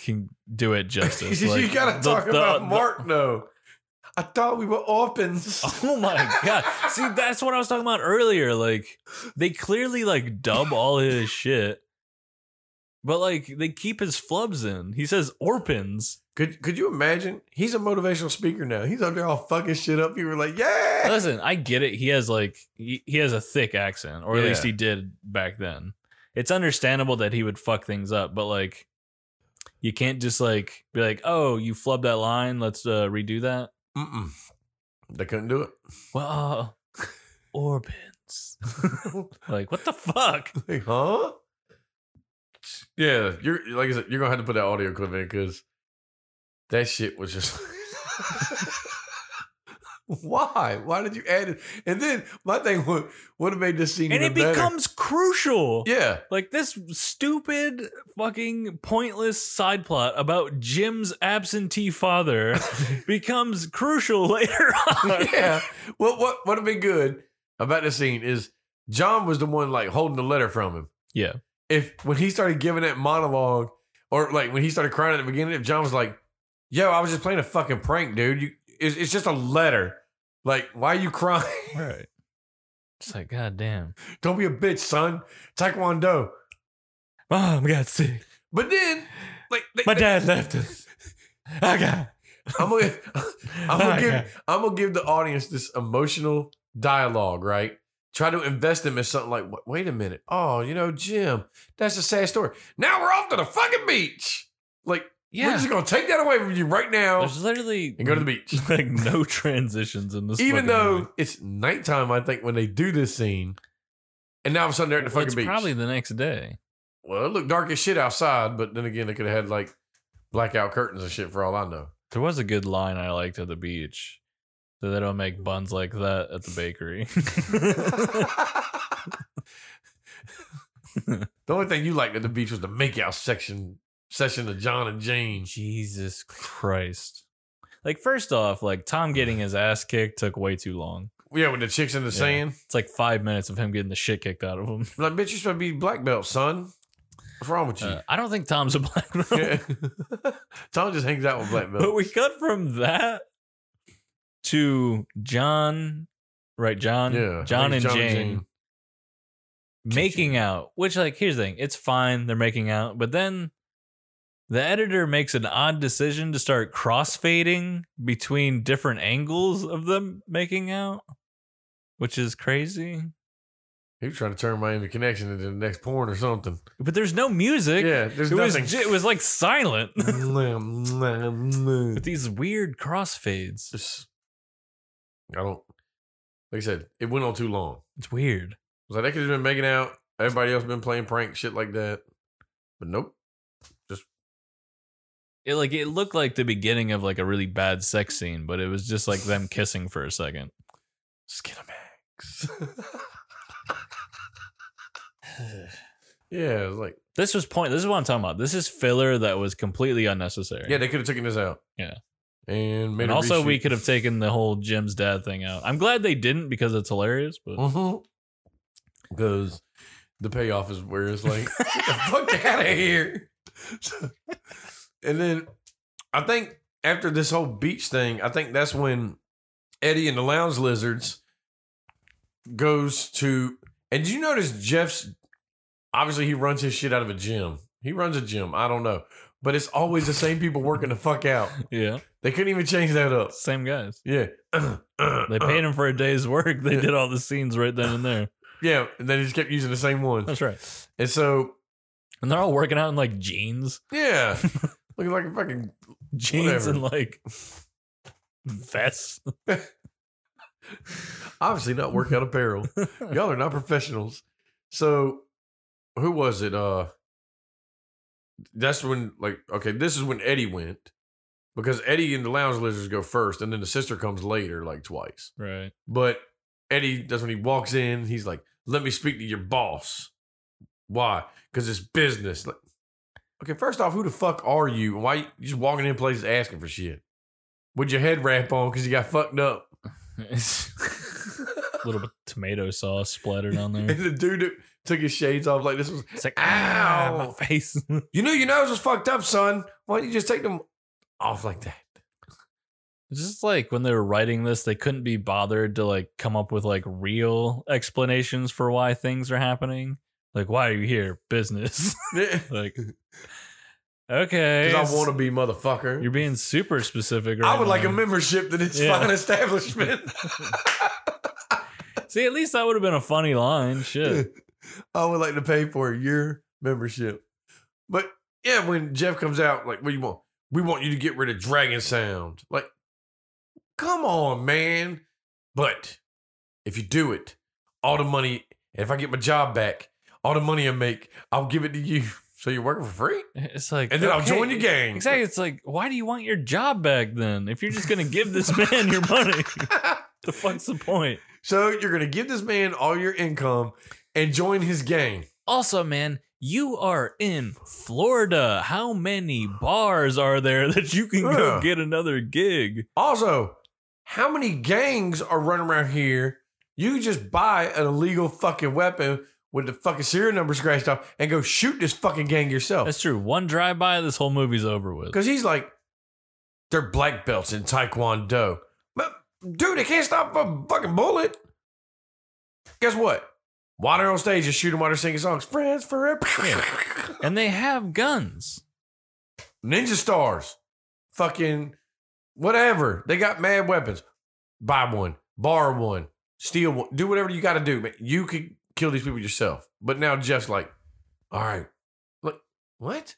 A: can do it justice. Like,
B: you gotta
A: the-
B: talk
A: the-
B: about
A: the-
B: Mark though. I thought we were orphans.
A: Oh my god! See, that's what I was talking about earlier. Like they clearly like dub all his shit, but like they keep his flubs in. He says orphans.
B: Could could you imagine? He's a motivational speaker now. He's up there all fucking shit up. You were like, yeah.
A: Listen, I get it. He has like he, he has a thick accent, or at least
B: Yeah.
A: he did back then. It's understandable that he would fuck things up, but like you can't just like be like, "Oh, you flubbed that line. Let's uh, redo that."
B: Mm-mm. They couldn't do it.
A: Well, orbits. like what the fuck?
B: Like, huh? Yeah, you're like I said, you're gonna have to put that audio clip in because that shit was just. Why? Why did you add it? And then my thing would would have made this scene
A: And
B: even
A: it
B: better.
A: becomes crucial.
B: yeah,
A: Like this stupid fucking pointless side plot about Jim's absentee father becomes crucial later on.
B: yeah. What what would have been good about this scene is John was the one like holding the letter from him.
A: Yeah.
B: If when he started giving that monologue, or like when he started crying at the beginning, if John was like, "Yo, I was just playing a fucking prank, dude. You, it's, it's just a letter. Like, why are you crying?
A: Right. It's like, God damn.
B: Don't be a bitch, son. Taekwondo."
A: Mom got sick.
B: But then, like, they,
A: My
B: they-
A: dad left us. I got.
B: I'm gonna, I'm gonna
A: Oh,
B: give,
A: God.
B: I'm gonna give the audience this emotional dialogue, right? Try to invest them in something like, "Wa- wait a minute, oh, you know, Jim, that's a sad story. Now we're off to the fucking beach. Like, we're
A: Yeah.
B: just gonna take that away from you right now
A: There's literally
B: and go to the beach.
A: like no transitions in this. fucking
B: Even though
A: movie.
B: it's nighttime, I think when they do this scene, and now all of a sudden they're at the fucking
A: it's
B: beach.
A: probably the next day.
B: well, it looked dark as shit outside, but then again, they could have had like blackout curtains and shit for all I know.
A: There was a good line I liked at the beach. So they don't make buns like that at the bakery.
B: the only thing you liked at the beach was the makeout section session of John and Jane.
A: Jesus Christ. Like first off, like Tom getting his ass kicked took way too long.
B: Yeah, with the chicks in the
A: Yeah.
B: sand.
A: It's like five minutes of him getting the shit kicked out of him.
B: I'm like, bitch, you supposed to be black belt, son. What's wrong with you?
A: Uh, I don't think Tom's a black belt.
B: Yeah. Tom just hangs out with black belt.
A: But we cut from that to John, right? John,
B: yeah,
A: John and
B: John
A: Jane, making out. Which, like, here's the thing: it's fine they're making out, but then the editor makes an odd decision to start crossfading between different angles of them making out, which is crazy.
B: He was trying to turn my connection into the next porn or something.
A: But there's no music.
B: Yeah, there's
A: it was
B: nothing.
A: j- it was like silent. With
B: Just-
A: these weird crossfades,
B: I don't. Like I said, it went on too long.
A: it's weird.
B: was like, they could have been making out. Everybody else been playing prank shit like that. But nope.
A: it like it looked like the beginning of like a really bad sex scene, but it was just like them kissing for a second.
B: Skinamax. yeah, it was like,
A: This was point. This is what I'm talking about. This is filler that was completely unnecessary.
B: yeah, they could have taken this out.
A: Yeah.
B: And made
A: and
B: a
A: also we
B: reshoot.
A: could have taken the whole Jim's dad thing out. I'm glad they didn't because it's hilarious. But
B: Mhm. Because Mm-hmm. the payoff is where it's like, "Get the fuck out of here. So- and then I think after this whole beach thing, I think that's when Eddie and the Lounge Lizards goes to. And did you notice Jeff's? Obviously, he runs his shit out of a gym. He runs a gym. I don't know. But it's always the same people working the fuck out.
A: yeah,
B: They couldn't even change that up.
A: same guys.
B: Yeah.
A: They paid him for a day's work. They did all the scenes right then and there.
B: Yeah. And they just kept using the same one.
A: That's right.
B: And so
A: And they're all working out in like jeans,
B: Yeah. Looking like a fucking
A: jeans
B: Whatever.
A: and like vests.
B: obviously not workout apparel. Y'all are not professionals. So who was it? Uh that's when like okay, this is when Eddie went. Because Eddie and the lounge lizards go first, and then the sister comes later, like twice.
A: Right.
B: But Eddie, that's when he walks in, he's like, Let me speak to your boss. Why? Because it's business. Like, okay, first off, who the fuck are you? Why you just walking in places asking for shit? with your head wrap on because you got fucked up.
A: a little bit tomato sauce splattered on
B: And
A: there.
B: the dude that took his shades off like this was,
A: It's like,
B: Ow.
A: ow, my face.
B: you knew your nose was fucked up, son. Why don't you just take them off like that?
A: Just like when they were writing this, they couldn't be bothered to like come up with like real explanations for why things are happening. Like, why are you here? Business.
B: Because
A: like, okay,
B: I want to be motherfucker.
A: You're being super specific. Right
B: I would like a
A: now.
B: membership to this
A: Yeah.
B: fine establishment.
A: See, at least that would have been a funny line. Shit.
B: I would like to pay for your membership. But yeah, when Jeff comes out, like, what do you want? We want you to get rid of Dragon Sound. Like, come on, man. But if you do it, all the money, if I get my job back, all the money I make, I'll give it to you. So you're working for free?
A: It's like,
B: And then I'll
A: okay,
B: join your gang.
A: Exactly. It's like, why do you want your job back then? If you're just gonna give this man your money, the fuck's the point?
B: so you're going to give this man all your income and join his gang.
A: Also, man, you are in Florida. How many bars are there that you can
B: Yeah.
A: go get another gig?
B: Also, how many gangs are running around here? You can just buy an illegal fucking weapon with the fucking serial number scratched off and go shoot this fucking gang yourself.
A: That's true. One drive by, this whole movie's over with.
B: Because he's like, they're black belts in Taekwondo. But dude, they can't stop a fucking bullet. Guess what? While they're on stage, just shoot them while they're singing songs. Friends forever.
A: And they have guns.
B: Ninja stars. Fucking whatever. They got mad weapons. Buy one, borrow one, steal one, do whatever you got to do. man. You could kill these people yourself. But now Jeff's like, all right, look, what?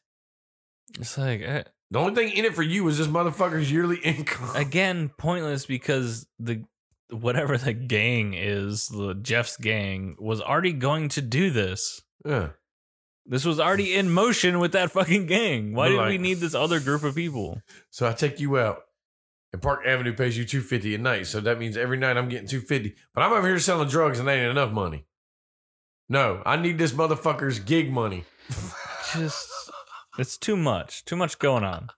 A: It's like, eh,
B: The only thing in it for you is this motherfucker's yearly income.
A: again, pointless because the whatever the gang is, the Jeff's gang was already going to do this.
B: yeah.
A: This was already in motion with that fucking gang. Why
B: But
A: did
B: like-
A: we need this other group of people?
B: So I take you out, and Park Avenue pays you two fifty a night. So that means every night I'm getting two fifty. But I'm over here selling drugs, and that ain't enough money. No, I need this motherfucker's gig money.
A: Just it's too much. Too much going on.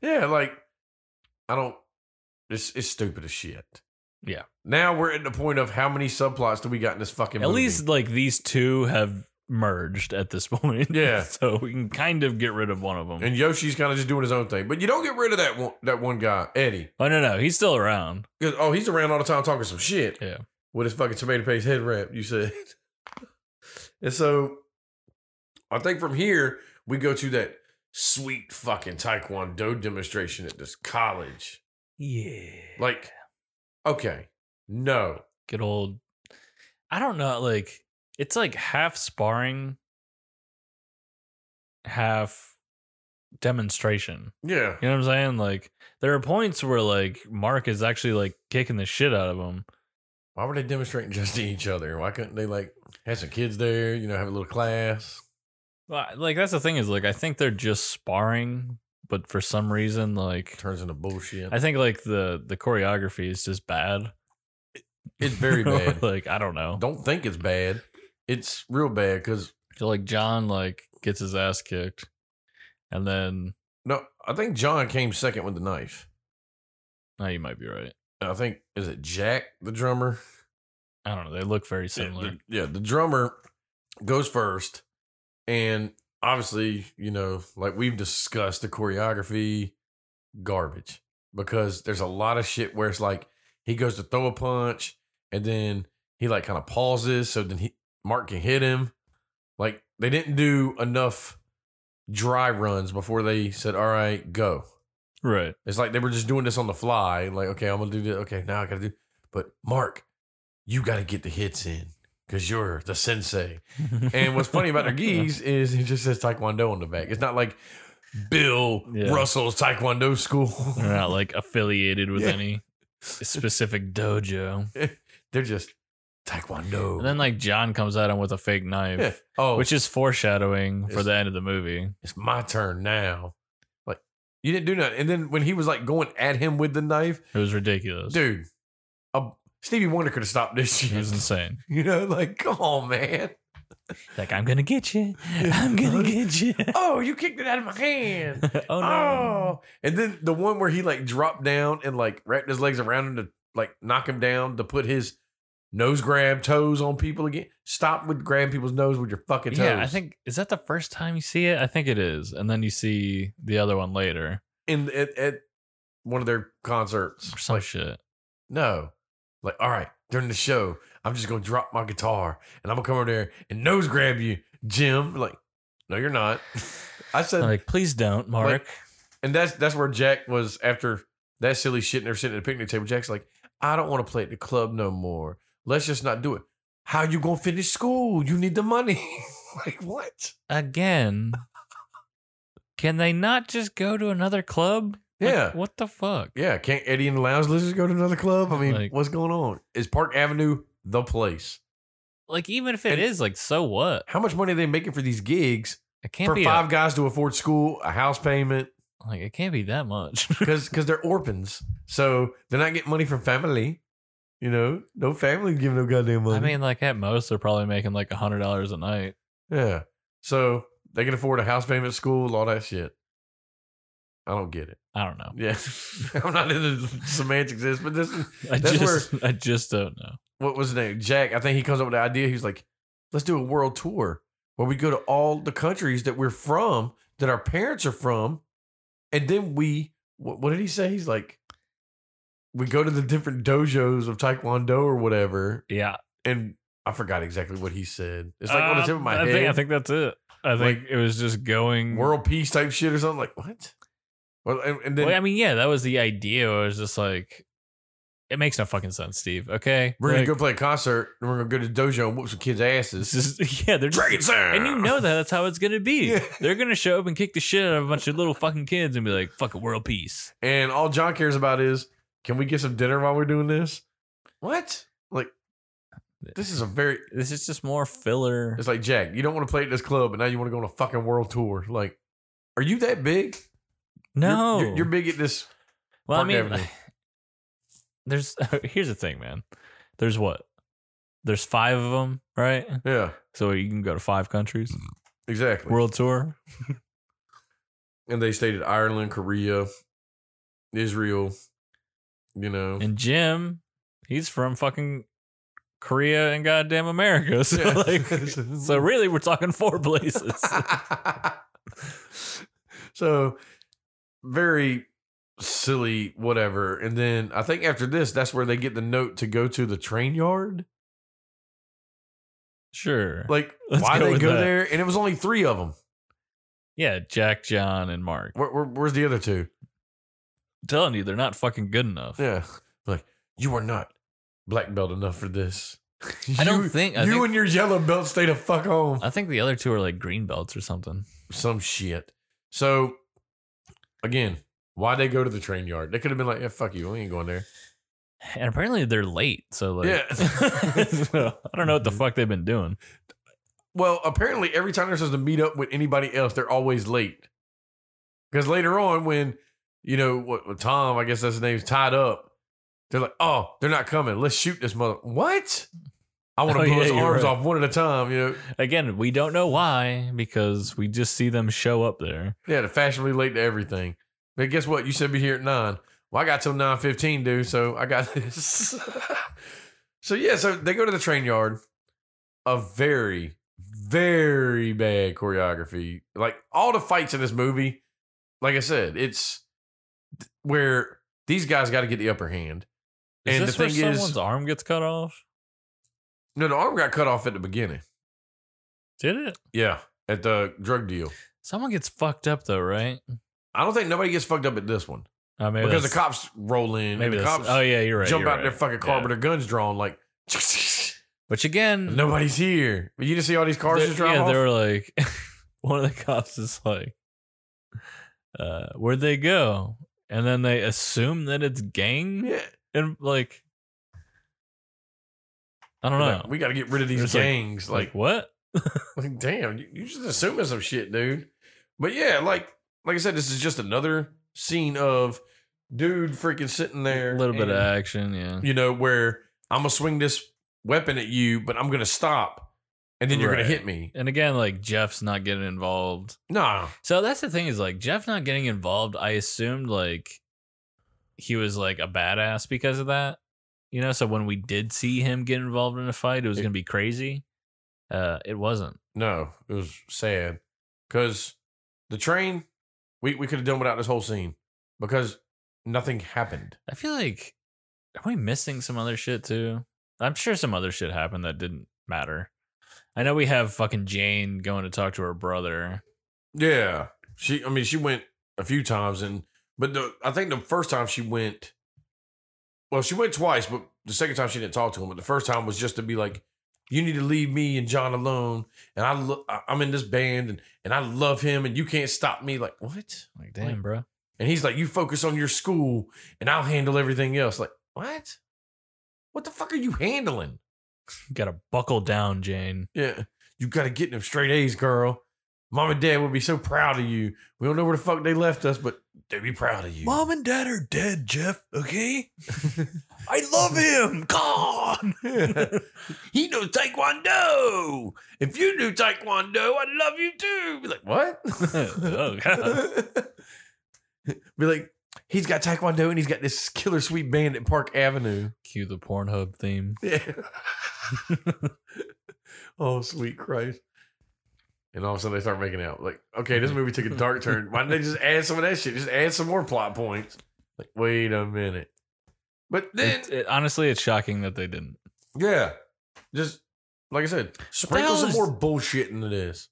B: Yeah, like I don't. It's it's stupid as shit.
A: Yeah.
B: Now we're at the point of how many subplots do we got in this fucking?
A: At
B: movie?
A: least like these two have merged at this point.
B: Yeah.
A: so we can kind of get rid of one of them.
B: and Yoshi's kind of just doing his own thing. But you don't get rid of that one that one guy Eddie.
A: oh no, no, he's still around.
B: 'Cause, oh, he's around all the time talking some shit.
A: Yeah.
B: with his fucking tomato paste head wrap. You said. and so, I think from here we go to that sweet fucking Taekwondo demonstration at this college.
A: Yeah.
B: Like, okay, no,
A: Good old I don't know, like it's like half sparring, half demonstration.
B: yeah,
A: You know what I'm saying? Like there are points where like Mark is actually like kicking the shit out of him.
B: Why were they demonstrating just to each other? Why couldn't they like have some kids there? You know, have a little class.
A: Well, Like that's the thing is like I think they're just sparring, but for some reason like
B: Turns into bullshit.
A: I think like the the choreography is just bad.
B: It's very bad.
A: like I don't know.
B: Don't think it's bad. It's real bad because
A: So like John like gets his ass kicked, and then
B: no, I think John came second with the knife.
A: now oh, you might be right.
B: And I think is it Jack the drummer?
A: I don't know. They look very
B: Yeah,
A: similar.
B: the- yeah, the drummer goes first, and obviously, you know, like we've discussed, the choreography garbage because there's a lot of shit where it's like he goes to throw a punch, and then he like kind of pauses, so then he Mark can hit him. Like they didn't do enough dry runs before they said, "All right, go."
A: right.
B: It's like they were just doing this on the fly. Like, okay, I'm gonna do this. Okay, now I gotta do. But Mark, you gotta get the hits in because you're the sensei. And what's funny about their geese is it just says Taekwondo on the back. It's not like Bill
A: Yeah.
B: Russell's Taekwondo School.
A: They're not like affiliated with
B: Yeah.
A: any specific dojo.
B: They're just Taekwondo.
A: And then like John comes at him with a fake knife.
B: Yeah. oh,
A: which is foreshadowing for
B: It's-
A: the end of the movie.
B: it's my turn now. Like you didn't do nothing. And then when he was like going at him with the knife,
A: It was ridiculous.
B: dude, a, Stevie Wonder could have stopped this
A: it was
B: shit.
A: insane.
B: You know, like come on, man.
A: Like, I'm gonna get you. I'm gonna get you.
B: oh, you kicked it out of my hand.
A: oh no.
B: Oh, and then the one where he like dropped down and like wrapped his legs around him to like knock him down to put his nose grab toes on people again. Stop with grabbing people's nose with your fucking toes.
A: Yeah, I think is that the first time you see it? I think it is. And then you see the other one later
B: in at, at one of their concerts.
A: or some
B: Like,
A: shit.
B: no, like all right during the show, I'm just gonna drop my guitar and I'm gonna come over there and nose grab you, Jim. Like, no, you're not. I said,
A: Like, please don't, Mark.
B: and that's that's where Jack was after that silly shit. And they're sitting at a picnic table. Jack's like, I don't want to play at the club no more. Let's just not do it. How you gonna finish school? You need the money. like what?
A: Again. Can they not just go to another club? Like,
B: Yeah.
A: what the fuck?
B: Yeah, can't Eddie and the Lounge Lizards go to another club? I mean,
A: Like-
B: what's going on? Is Park Avenue the place?
A: Like, even if it is,
B: And-
A: like, so what?
B: How much money are they making for these gigs?
A: It can't
B: for
A: be a-
B: five guys to afford school, a house payment,
A: like it can't be that much.
B: because because they're orphans, so they're not getting money from family. You know, no family giving no goddamn money.
A: I mean, like at most they're probably making like a hundred dollars a night.
B: Yeah. So they can afford a house payment, school, all that shit. I don't get it.
A: I don't know.
B: Yeah. I'm not into the semantics of this, but this is
A: I
B: That's
A: just I just don't know.
B: what was his name? Jack. I think he comes up with the idea. He's like, let's do a world tour where we go to all the countries that we're from, that our parents are from. And then we, what, what did he say? He's like, we go to the different dojos of Taekwondo or whatever.
A: Yeah,
B: And I forgot exactly what he said. It's like on the tip of my
A: Uh, Um, I
B: head.
A: Think, I think that's it. I think it was just going.
B: world peace type shit or something. Like what? Well, and, and then
A: Well, I mean, yeah, that was the idea. It was just like, it makes no fucking sense, Steve. Okay,
B: we're gonna
A: Like,
B: go play a concert, and we're gonna go to the dojo and whoop some kids'
A: This
B: asses.
A: is yeah, they're
B: Dragon
A: just,
B: Sound!
A: and you know that that's how it's gonna be.
B: Yeah.
A: They're gonna show up and kick the shit out of a bunch of little fucking kids and be like, "Fuck a world peace."
B: And all John cares about is, can we get some dinner while we're doing this? What? Like this is a very.
A: This is just more filler.
B: It's like Jack, you don't want to play at this club, but now you want to go on a fucking world tour. Like, are you that big? You're-
A: no,
B: you're, you're big at this.
A: Well,
B: Park
A: I mean,
B: Avenue.
A: there's here's the thing, man. There's what? There's five of them, right?
B: Yeah,
A: So you can go to five countries,
B: Mm, exactly.
A: world tour.
B: And they stayed at Ireland, Korea, Israel. You know,
A: And Jim, he's from fucking Korea and goddamn America. So
B: Yeah.
A: like, so really, we're talking four places.
B: so very silly whatever and then i think after this that's where they get the note to go to the train yard
A: sure.
B: like
A: Let's
B: why
A: go
B: they
A: with
B: go
A: that.
B: there and it was only three of them
A: yeah, Jack, John, and Mark.
B: where, where, where's the other two
A: I'm telling you, they're not fucking good enough.
B: yeah like you are not black belt enough for this
A: I don't
B: You-
A: think- I
B: you
A: think-
B: and your yellow belt stay the fuck home
A: I think the other two are like green belts or something.
B: some shit. So again, why they go to the train yard? They could have been like, "Yeah, fuck you, we ain't going there."
A: And apparently they're late. So like,
B: Yeah. Mm-hmm.
A: So, I don't know what the fuck they've been doing.
B: Well, apparently, every time they're supposed to meet up with anybody else, they're always late. Because later on, when you know what what Tom, I guess that's his name's tied up, they're like, "Oh, they're not coming. Let's shoot this mother." What? I want to
A: Oh,
B: pull
A: yeah,
B: his
A: you're
B: arms
A: right.
B: off one at a time. You know,
A: Again, we don't know why because we just see them show up there.
B: yeah, they're fashionably late to everything. But guess what? You said be here at nine. Well, I got till nine fifteen, dude. So I got this. so yeah, so they go to the train yard. A very, very bad choreography. Like all the fights in this movie, like I said, it's th- where these guys got to get the upper hand.
A: Is
B: And
A: this
B: the thing
A: where
B: is-
A: someone's arm gets cut off?
B: No, the arm got cut off at the beginning.
A: Did it?
B: Yeah, at the drug deal.
A: Someone gets fucked up though, right?
B: I don't think nobody gets fucked up at this one
A: Uh, maybe
B: because the
A: that's-
B: cops roll in.
A: Maybe
B: and the
A: that's-
B: cops
A: Oh yeah, you're right.
B: jump
A: you're
B: out
A: right.
B: their fucking car,
A: Yeah.
B: but their guns drawn. Like
A: Which again,
B: nobody's here. But you just see all these cars
A: they-
B: just drive
A: yeah,
B: off.
A: they were like, one of the cops is like, uh, "Where'd they go?" And then they assume that it's gang,
B: yeah,
A: and like, I don't know,
B: Like, uh, we got to get rid of these
A: It's like-
B: gangs. Like,
A: like what?
B: like, damn, you, you just assuming some shit, dude. But yeah, like, like I said, this is just another scene of dude freaking sitting there.
A: A little bit of
B: and,
A: action, yeah.
B: you know, where I'm gonna swing this weapon at you, but I'm gonna stop. and then you're
A: Right.
B: gonna hit me.
A: And again, like Jeff's not getting involved.
B: No,
A: So that's the thing is like Jeff not getting involved. I assumed like he was like a badass because of that, you know. So when we did see him get involved in a fight, it was
B: It-
A: gonna be crazy. Uh, it wasn't.
B: no, it was sad because the train. We we could have done without this whole scene because nothing happened.
A: I feel like are we missing some other shit too? I'm sure some other shit happened that didn't matter. I know we have fucking Jane going to talk to her brother.
B: Yeah, she. I mean, she went a few times, and but the, I think the first time she went, well, she went twice, but the second time she didn't talk to him. But the first time was just to be like, "You need to leave me and John alone." And I, lo- I- I'm in this band, and and I love him, and you can't stop me. Like what?
A: Like, damn, bro.
B: And he's like, "You focus on your school, and I'll handle everything else." Like what? What the fuck are you handling?
A: You gotta buckle down, Jane.
B: Yeah. You got to get them straight A's, girl. Mom and dad would be so proud of you. We don't know where the fuck they left us, but they'd be proud of you.
A: and dad are dead, Jeff, okay? I love him. Gone.
B: he knows Taekwondo. If you knew Taekwondo, I'd love you too. Be like, what?
A: Oh, God.
B: Be like, he's got Taekwondo and he's got this killer sweet band at Park Avenue.
A: Cue the Pornhub theme.
B: Yeah. oh, sweet Christ. And all of a sudden they start making out. Like, okay,
A: Mm-hmm.
B: this movie took a dark turn. Why didn't they just add some of that shit? Just add some more plot points. Like, wait a minute. But then,
A: It, it- honestly, it's shocking that they didn't.
B: yeah, just like I said, sprinkle
A: hell
B: some
A: is-
B: more bullshit into this.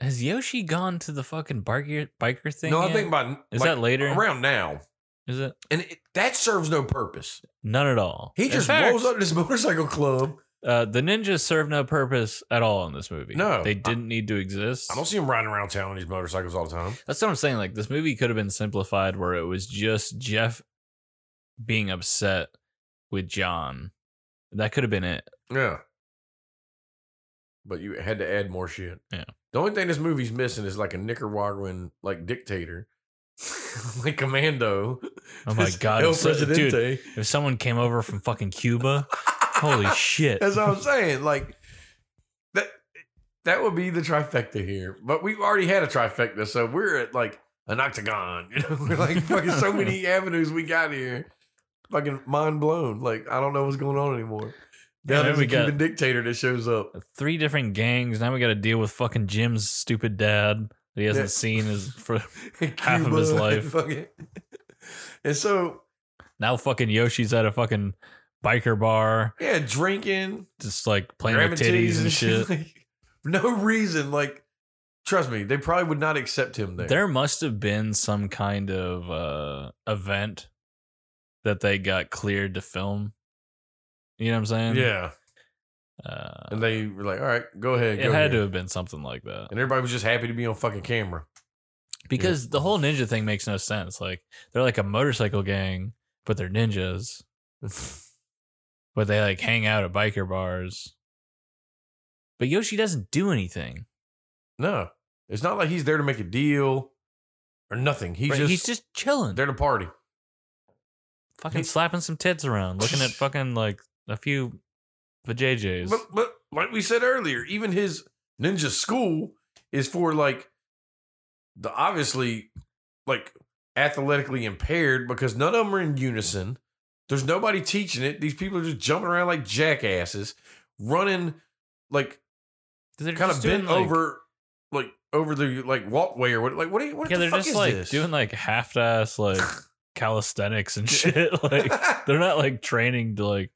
A: Has Yoshi gone to the fucking biker biker thing?
B: No, I
A: yet?
B: think by
A: Is
B: like,
A: that later?
B: around now,
A: Is it
B: and it, that serves no purpose.
A: none at all?
B: He
A: In
B: just
A: fact,
B: rolls up to this motorcycle club.
A: Uh, the ninjas serve no purpose at all in this movie.
B: No.
A: they didn't need to exist.
B: I don't see him riding around town on these motorcycles all the time.
A: That's what I'm saying. Like this movie could have been simplified where it was just Jeff being upset with John. That could have been it.
B: Yeah. But you had to add more shit.
A: Yeah.
B: The only thing this movie's missing is like a Nicaraguan like dictator, like commando.
A: Oh my
B: This
A: god,
B: El
A: if so-
B: Presidente.
A: dude! If someone came over from fucking Cuba, holy shit!
B: That's what I'm saying. Like that that would be the trifecta here. But we've already had a trifecta, so we're at like an octagon. You know, we're like fucking so many avenues we got here. Fucking mind blown. Like I don't know what's going on anymore.
A: Yeah,
B: Now there's
A: we
B: a Cuban
A: got-
B: dictator that shows up.
A: Three different gangs. Now we got to deal with fucking Jim's stupid dad that he hasn't
B: Yeah.
A: seen his for
B: in
A: half of his
B: Cuba,
A: life.
B: fucking- And so,
A: now. Fucking Yoshi's at a fucking biker bar,
B: yeah, drinking,
A: just like playing
B: grabbing
A: with titties and shit.
B: like, no reason. Like, trust me, they probably would not accept him there.
A: There must have been some kind of uh, event that they got cleared to film. You know what I'm saying?
B: yeah,
A: Uh,
B: and they were like, "All right, go ahead."
A: it
B: go
A: had to
B: here."
A: have been something like that.
B: And everybody was just happy to be on fucking camera.
A: Because the whole ninja thing makes no sense. Like, they're like a motorcycle gang, but they're ninjas. but they like hang out at biker bars. But Yoshi doesn't do anything.
B: No, it's not like he's there to make a deal or nothing. He's
A: Right?
B: just
A: he's just chilling.
B: there to party.
A: fucking
B: he-
A: slapping some tits around, looking at fucking like a few vajayjays.
B: But, but like we said earlier, even his ninja school is for like the obviously like athletically impaired because none of them are in unison. There's nobody teaching it. These people are just jumping around like jackasses, running like
A: They're
B: kind of
A: just doing,
B: bent
A: like-
B: over like over the like walkway or what like what are you what
A: yeah,
B: the
A: they're
B: fuck
A: just
B: is
A: like
B: this?
A: doing like half ass like calisthenics and shit. Like they're not like training to like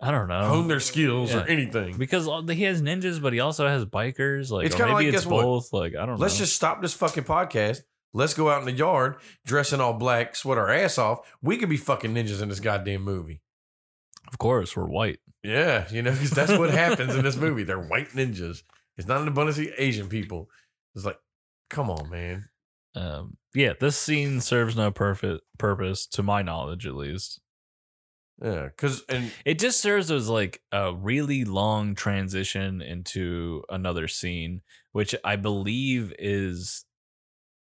A: I don't know.
B: hone their skills
A: um, Yeah.
B: or anything.
A: because all, he has ninjas, but he also has bikers. Like
B: It's
A: or
B: kinda
A: maybe
B: like,
A: it's
B: guess what?
A: both. Like I don't
B: Let's
A: know.
B: just stop this fucking podcast. Let's go out in the yard, dress in all black, sweat our ass off. We could be fucking ninjas in this goddamn movie.
A: of course, we're white.
B: Yeah, you know, because that's what happens in this movie. They're white ninjas. It's not an abundance of Asian people. It's like, come on, man.
A: Um, yeah, this scene serves no perfect purpose, to my knowledge, at least.
B: Yeah, because and
A: It just serves as like a really long transition into another scene, which I believe is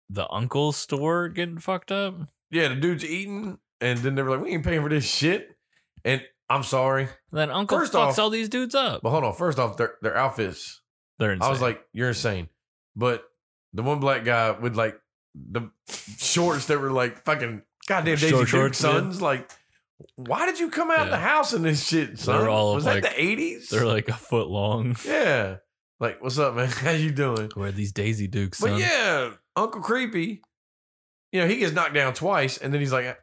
A: the uncle's store getting fucked up.
B: yeah, the dude's eating, and then they were like, we ain't paying for this shit. And I'm sorry.
A: Then Uncle
B: First
A: fucks
B: off-
A: all these dudes up.
B: But hold on. First off, their, their outfits.
A: They're insane.
B: I was like, you're insane. But the one black guy with like the shorts that were like fucking goddamn Daisy
A: Short
B: Duke
A: shorts, yeah.
B: sons, like, why did you come out of the
A: Yeah.
B: house in this shit, son?
A: were all of,
B: Was
A: like-
B: that the 80s?
A: they're like a foot long.
B: yeah. Like, what's up, man? How you doing?
A: Where are these Daisy Dukes?
B: But
A: son?
B: yeah, Uncle Creepy, you know, he gets knocked down twice and then he's like,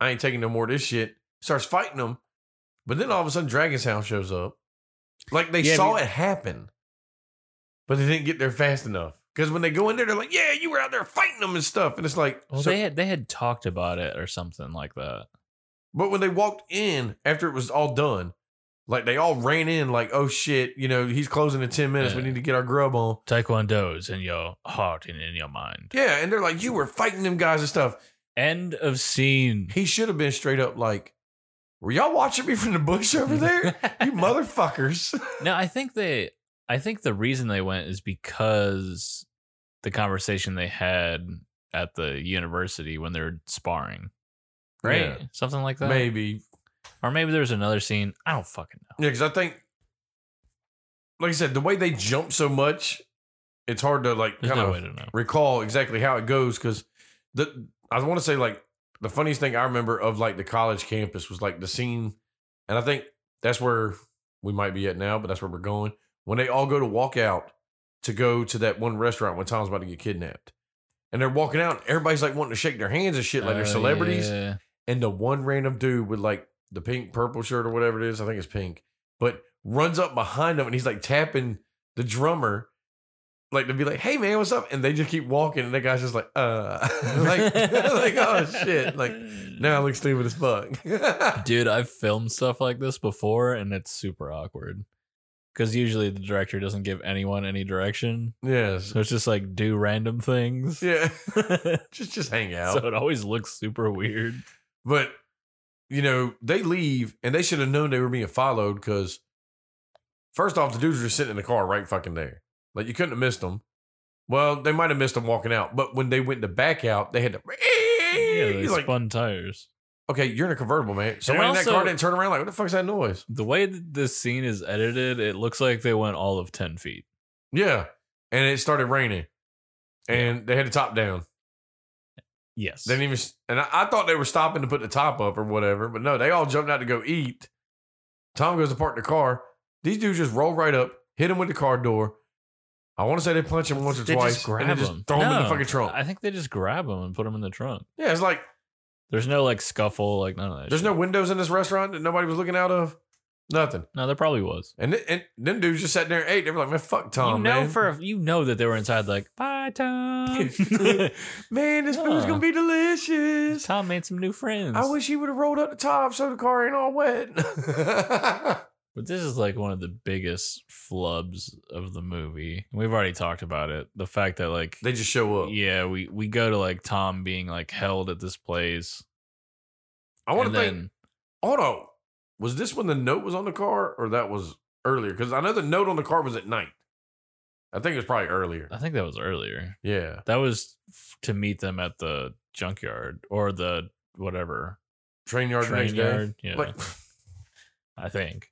B: I ain't taking no more of this shit. Starts fighting him. But then all of a sudden, Dragon's House shows up. Like they
A: Yeah,
B: saw
A: but-
B: it happen, but they didn't get there fast enough. Because when they go in there, they're like, yeah, you were out there fighting them and stuff. And it's like,
A: Well,
B: so-
A: they had they had talked about it or something like that.
B: but when they walked in after it was all done, like they all ran in, like, oh shit, you know, he's closing in 10 minutes. We
A: Yeah.
B: need to get our grub on.
A: Taekwondo's in your heart and in your mind.
B: Yeah. And they're like, you were fighting them guys and stuff.
A: End of scene.
B: He should have been straight up like, "Were y'all watching me from the bush over there, you motherfuckers?"
A: No, I think they. I think the reason they went is because the conversation they had at the university when they're sparring, right?
B: Yeah.
A: Something like that,
B: Maybe,
A: or maybe there was another scene. I don't fucking know.
B: yeah, because I think, like I said, the way they jump so much, it's hard to like
A: There's
B: kind
A: no
B: of
A: way to know.
B: recall exactly how it goes. Because the I want to say like the funniest thing I remember of like the college campus was like the scene, and I think that's where we might be at now, but that's where we're going when they all go to walk out to go to that one restaurant when Tom's about to get kidnapped. And they're walking out, and everybody's like wanting to shake their hands and shit, like they're
A: Oh,
B: celebrities.
A: yeah.
B: and the one random dude with like the pink purple shirt or whatever it is, I think it's pink, but runs up behind him and he's like tapping the drummer, like to be like, "Hey man, what's up?" And they just keep walking, and that guy's just like, "Uh," like, like oh shit, like now I look stupid as fuck.
A: Dude, I've filmed stuff like this before and it's super awkward. Because usually the director doesn't give anyone any direction.
B: yes,
A: So it's just like do random things.
B: yeah,
A: so
B: just just hang out.
A: it always looks super weird.
B: But you know, they leave and they should have known they were being followed because first off, the dudes were sitting in the car right fucking there. Like you couldn't have missed them. Well, they might have missed them walking out, but when they went to back out, they had to.
A: Yeah, they
B: You're like,
A: spun tires.
B: okay, you're in a convertible, man. Somebody in that
A: also-
B: car didn't turn around. Like, what the fuck's that noise?
A: The way that this scene is edited, it looks like they went all of 10 feet.
B: Yeah, and it started raining, and they had the top down.
A: Yes.
B: They didn't even. And I, I thought they were stopping to put the top up or whatever, but no, they all jumped out to go eat. Tom goes to park the car. These dudes just roll right up, hit him with the car door. I want to say they punch him once or
A: They
B: twice,
A: just grab
B: and they just
A: him.
B: throw him in the
A: No,
B: fucking trunk.
A: I think they just grab him and put him in the trunk.
B: yeah, it's like
A: There's no like scuffle, like none of that.
B: there's
A: shit.
B: no windows in this restaurant that nobody was looking out of. Nothing.
A: no, there probably was.
B: And th- and them dudes just sat there and ate. They were like, man, fuck Tom,
A: you know
B: Oh, man.
A: for a- you know that they were inside like bye Tom.
B: man, this food's
A: Huh.
B: gonna be delicious.
A: Tom made some new friends.
B: I wish he would have rolled up the top so the car ain't all wet.
A: But this is like one of the biggest flubs of the movie. We've already talked about it. The fact that like
B: they just show up.
A: yeah, we we go to like Tom being like held at this place.
B: I want
A: and
B: to think. Hold on. Was this when the note was on the car or that was earlier? Because I know the note on the car was at night. I think it was probably earlier.
A: I think that was earlier.
B: Yeah.
A: That was f- to meet them at the junkyard or the whatever.
B: Train yard
A: Train
B: the next
A: yard,
B: day.
A: yeah.
B: Like,
A: I think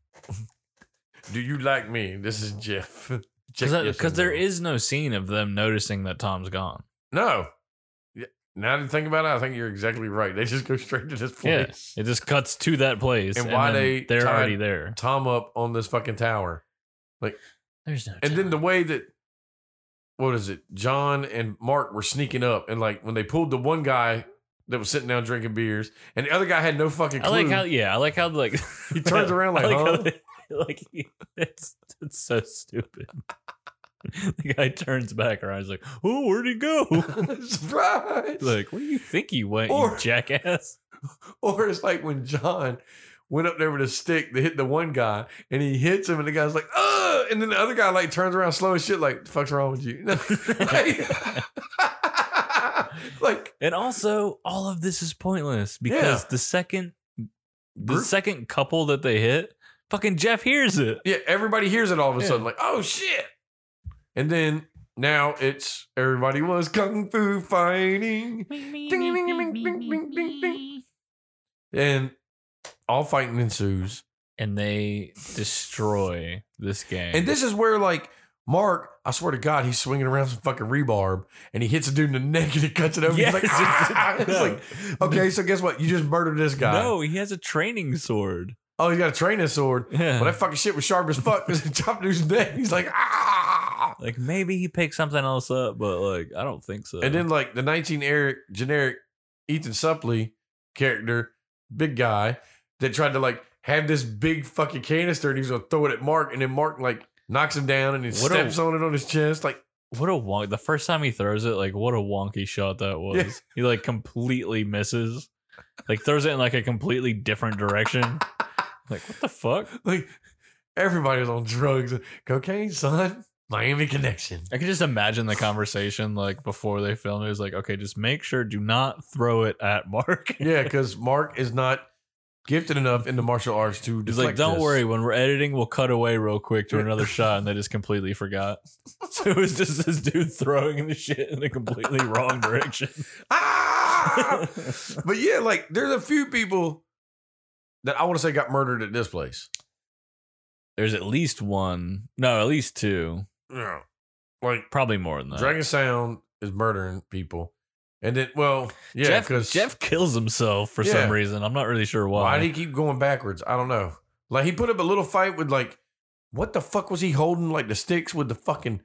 B: do you like me? This is Jeff. Check
A: because
B: yes or
A: there
B: no.
A: is no scene of them noticing that Tom's gone.
B: No. Yeah, Now that you think about it, I think you're exactly right. They just go straight to this
A: Yeah,
B: place.
A: it just cuts to that place,
B: And why
A: then
B: they
A: they're
B: tied-
A: already there.
B: Tom up on this fucking tower.
A: There's no.
B: And then the
A: time.
B: way that what is it? John and Mark were sneaking up and like when they pulled the one guy that was sitting down drinking beers and the other guy had no fucking
A: I
B: clue.
A: like how yeah, I like how like
B: He turns around
A: I
B: like,
A: how
B: huh?
A: they- like he- it's it's so stupid. the guy turns back around, he's like, "Oh, where'd he go?"
B: Surprise!
A: like, where do you think he went,
B: Or-
A: you jackass?
B: Or it's like when John went up there with a stick to hit the one guy and he hits him and the guy's like, ugh! And then the other guy like turns around slow as shit, like, the fuck's wrong with you? like, like,
A: And also, all of this is pointless because
B: Yeah.
A: the second the
B: Group-
A: second couple that they hit, fucking Jeff hears it.
B: yeah, everybody hears it all of a
A: Yeah.
B: sudden, like, oh shit. And then now it's everybody was kung fu fighting. Ding, ding, ding, ding, ding, ding, ding, ding. And all fighting ensues.
A: and they destroy this game.
B: And this is where, like, Mark, I swear to God, he's swinging around some fucking rebarb and he hits a dude in the neck and it cuts it over. He's like, "Ah!"
A: Yes.
B: It's like, okay, so guess what? You just murdered this guy.
A: no, he has a training sword.
B: Oh, he's got a training sword.
A: Yeah.
B: Well, that fucking shit was sharp as fuck because it chopped dude's neck. He's like, ah.
A: Like maybe he picked something else up, but like I don't think so.
B: And then, like, the 19 Eric generic Ethan Suppley character, big guy, that tried to, like, have this big fucking canister and he was going to throw it at Mark. And then Mark, like, knocks him down and he
A: What a-
B: steps on it on his chest. Like,
A: what a wonk! The first time he throws it, like what a wonky shot that was.
B: Yeah.
A: He like completely misses, like throws it in like a completely different direction. like what the fuck?
B: like everybody was on drugs. Cocaine, son. Miami Connection.
A: I could just imagine the conversation like before they filmed. It was like, okay, just make sure do not throw it at Mark.
B: Yeah, because Mark is not gifted enough in the martial arts to
A: He's
B: deflect
A: like, don't
B: this."
A: worry. When we're editing, we'll cut away real quick to another shot, and they just completely forgot. So it was just this dude throwing the shit in a completely wrong direction.
B: Ah! but yeah, like there's a few people that I want to say got murdered at this place.
A: There's at least one, no, at least two,
B: Yeah. Like
A: probably more than that.
B: Dragon Sound is murdering people. And then well, yeah,
A: Jeff,
B: because
A: Jeff kills himself for
B: Yeah.
A: some reason. I'm not really sure why.
B: Why did he keep going backwards? I don't know. Like he put up a little fight with like, what the fuck was he holding? Like the sticks with the fucking